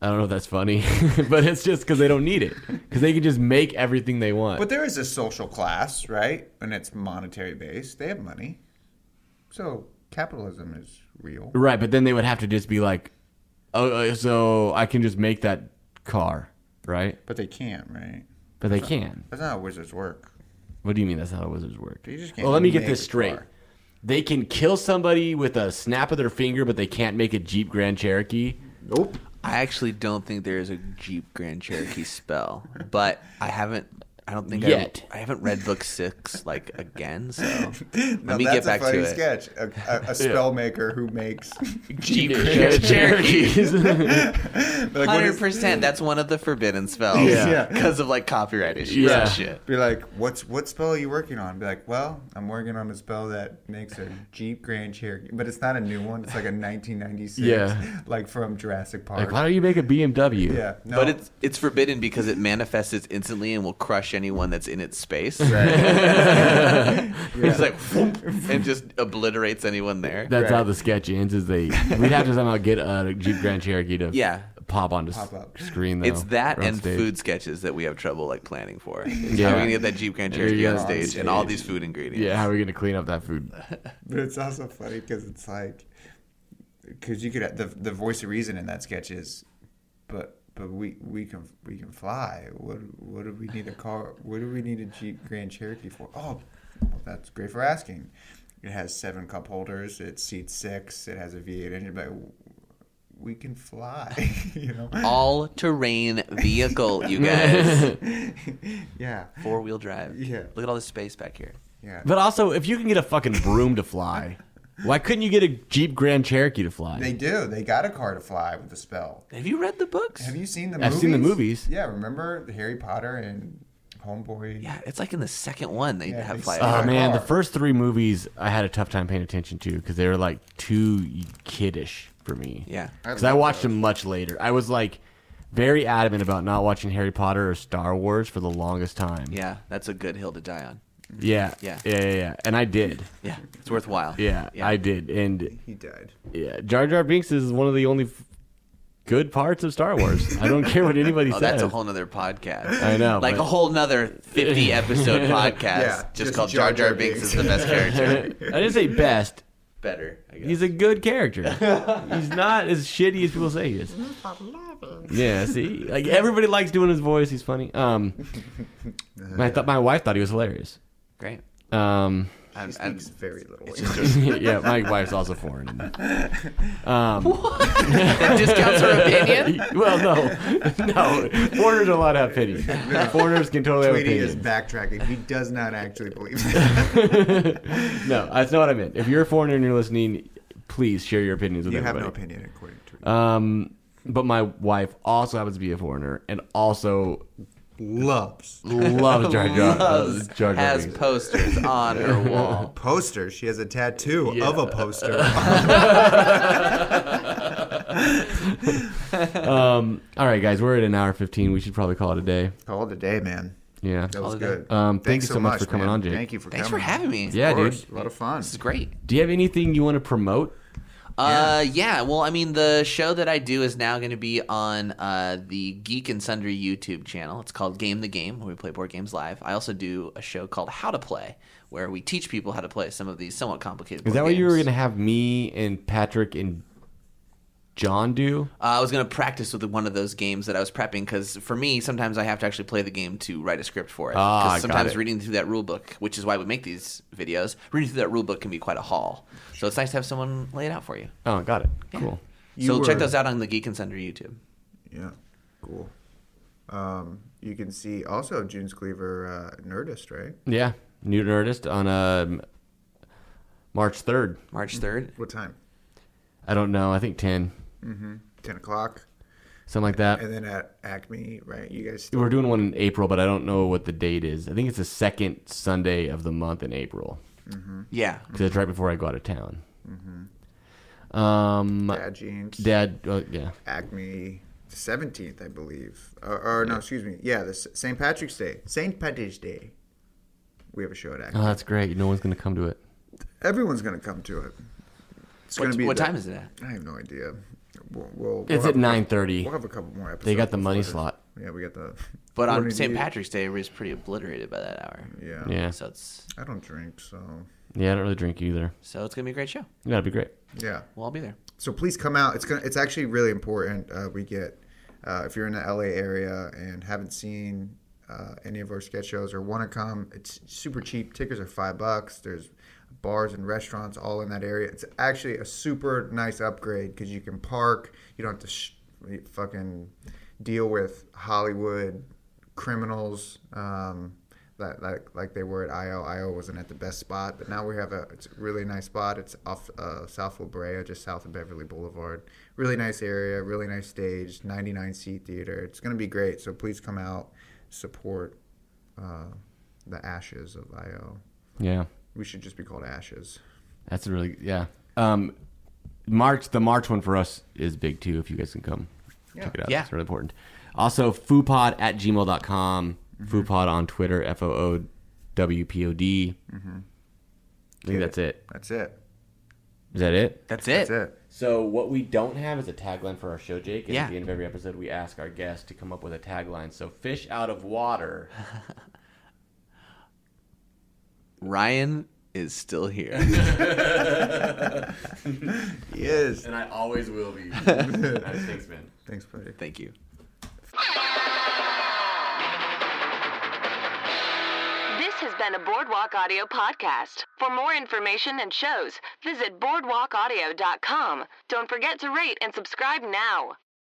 I don't know if that's funny, but it's just because they don't need it because they can just make everything they want. but there is a social class, right, and it's monetary based. They have money, so capitalism is real. Right, but then they would have to just be like, "Oh, uh, so I can just make that car, right?" But they can't, right? But they can. That's not how wizards work. What do you mean? That's not how wizards work. You just can't Well, let me get make this a straight. car. They can kill somebody with a snap of their finger, but they can't make a Jeep Grand Cherokee. Nope. I actually don't think there is a Jeep Grand Cherokee spell, but I haven't. I don't think Yet. I, I haven't read book six like again. So Now let me get that's back a funny to it. sketch. A, a, a spellmaker who makes Jeep Grand Cherokees. like, what Hundred is- percent. That's one of the forbidden spells. Yeah. because of like copyright issues Yeah. and shit. Be like, what's what spell are you working on? Be like, well, I'm working on a spell that makes a Jeep Grand Cherokee, but it's not a new one. It's like a 1996, Yeah. like from Jurassic Park. like, why don't you make a BMW? yeah, no, But it's it's forbidden because it manifests instantly and will crush anyone that's in its space. it's like whoop, and just obliterates anyone there. That's how the sketch ends. Is they we'd have to somehow get a Jeep Grand Cherokee to Yeah. pop onto s- up. screen. Though, It's that or on and stage. food sketches that we have trouble like planning for. It's Yeah. How are we gonna get that Jeep Grand There you Cherokee on go. stage, and all these food ingredients? Yeah, how are we gonna clean up that food? but it's also funny because it's like, because you could the the voice of reason in that sketch is, but but we we can we can fly. What what do we need a car? What do we need a Jeep Grand Cherokee for? Oh, well, that's great for asking. It has seven cup holders. It seats six. It has a V8 engine. But we can fly. you know. All terrain vehicle, you guys. Yeah. Four wheel drive. Yeah. Look at all this space back here. Yeah. But also, if you can get a fucking broom to fly, why couldn't you get a Jeep Grand Cherokee to fly? they do. They got a car to fly with the spell. Have you read the books? Have you seen the I've movies? seen the movies. Yeah, remember Harry Potter and Homeboy? Yeah, it's like in the second one they Yeah, have they fly. suck. Um, oh in a man, car. the first three movies I had a tough time paying attention to because they were like too kiddish for me. Yeah. because I watched them much later. I was like very adamant about not watching Harry Potter or Star Wars for the longest time. Yeah, that's a good hill to die on. yeah, Yeah. yeah, yeah, yeah. and I did. Yeah, it's worthwhile. Yeah, yeah. I did, and He died. yeah, Jar Jar Binks is one of the only f- good parts of Star Wars. I don't care what anybody oh, says. that's a whole nother podcast. I know, like but- a whole nother fifty episode podcast Yeah, just, just called Jar Jar Jar Jar Binks Binks. is the best character. I didn't say best. Better, I guess. He's a good character. He's not as shitty as people say he is. Yeah, see, like everybody likes doing his voice. He's funny. Um, I thought my wife thought he was hilarious. great. Um, I'm, He I'm- speaks very little. yeah, my wife's also foreign. that discounts her opinion. Well, no, no, foreigners are allowed to have opinions. Foreigners can totally have Tweety is opinions. backtracking. He does not actually believe that. No, that's not what I meant. If you're a foreigner and you're listening, please share your opinions with You have everybody. no opinion according to Tweety. Um, but my wife also happens to be a foreigner and also Loves loves Jar Jar. Loves, Jar Jar has Binks. posters on her wall. poster. She has a tattoo Yeah. of a poster. Um, all right, guys, we're at an hour fifteen. We should probably call it a day. Call it a day, man. Yeah. That was it a good. Um, thank you so much for coming on, Jake. Thank you for Thanks for coming. having me. Yeah, Of course. dude. A lot of fun. This is great. Do you have anything you want to promote? Uh, yeah. Well, I mean, the show that I do is now going to be on uh, the Geek and Sundry YouTube channel. It's called Game the Game, where we play board games live. I also do a show called How to Play, where we teach people how to play some of these somewhat complicated. Is board that what you were games. going to have me and Patrick and John do? Uh, I was going to practice with one of those games that I was prepping because for me, sometimes I have to actually play the game to write a script for it. Ah, 'Cause got sometimes it. reading through that rule book, which is why we make these videos, reading through that rule book can be quite a haul. So it's nice to have someone lay it out for you. Oh, got it. Cool. so You check were- those out on the Geek and Sundry YouTube. Yeah, cool. Um, you can see also June's Cleaver uh, Nerdist, right? Yeah, new Nerdist on um, March third. March 3rd. What time? I don't know. I think ten, Ten o'clock, something like that. and then at Acme, right? You guys. Still- We're doing one in April, but I don't know what the date is. I think it's the second Sunday of the month in April Yeah. because it's right before I go out of town. Mm-hmm. Um, Bad Jeans. Dad, uh, yeah, Acme. Seventeenth, I believe, or, or no, excuse me, yeah, the St. Patrick's Day, St. Patrick's Day. We have a show at Acme. oh, that's great. No one's gonna come to it. Everyone's gonna come to it. It's What, gonna be what the- time is it at? I have no idea. We'll, we'll, It's we'll at have a couple- nine thirty. We'll have a couple more episodes. They got the money before this. slot. Yeah, we got the. But we on don't need St. to- Patrick's Day, everybody's pretty obliterated by that hour. Yeah. Yeah, So it's I don't drink, so yeah. I don't really drink either. so it's going to be a great show. That'd be great. yeah. We'll all be there. So please come out. It's gonna. It's actually really important. Uh, we get uh, if you're in the LA area and haven't seen uh, any of our sketch shows or want to come. It's super cheap. Tickets are five bucks. There's bars and restaurants all in that area. It's actually a super nice upgrade because you can park. You don't have to sh- fucking deal with Hollywood criminals. Um, that, like like they were at IO. IO wasn't at the best spot, but now we have a it's a really nice spot. It's off uh, South La Brea, just south of Beverly Boulevard. Really nice area, really nice stage, 99 seat theater. It's gonna be great. So please come out, support uh, the Ashes of IO. Yeah. We should just be called Ashes. That's a really yeah. Um, March the March one for us is big too. If you guys can come, check it out. Yeah. it's really important. Also, foodpod at gmail.com, Mm-hmm. foodpod on Twitter, f o o w p o d. I Mm-hmm. think that's it. That's it. Is that it? That's That's it. So what we don't have is a tagline for our show, Jake. And Yeah. At the end of every episode, we ask our guests to come up with a tagline. So fish out of water. Ryan is still here. Yes. And I always will be. Thanks, man. Thanks, buddy. Thank you. This has been a Boardwalk Audio podcast. For more information and shows, visit boardwalkaudio.com. Don't forget to rate and subscribe now.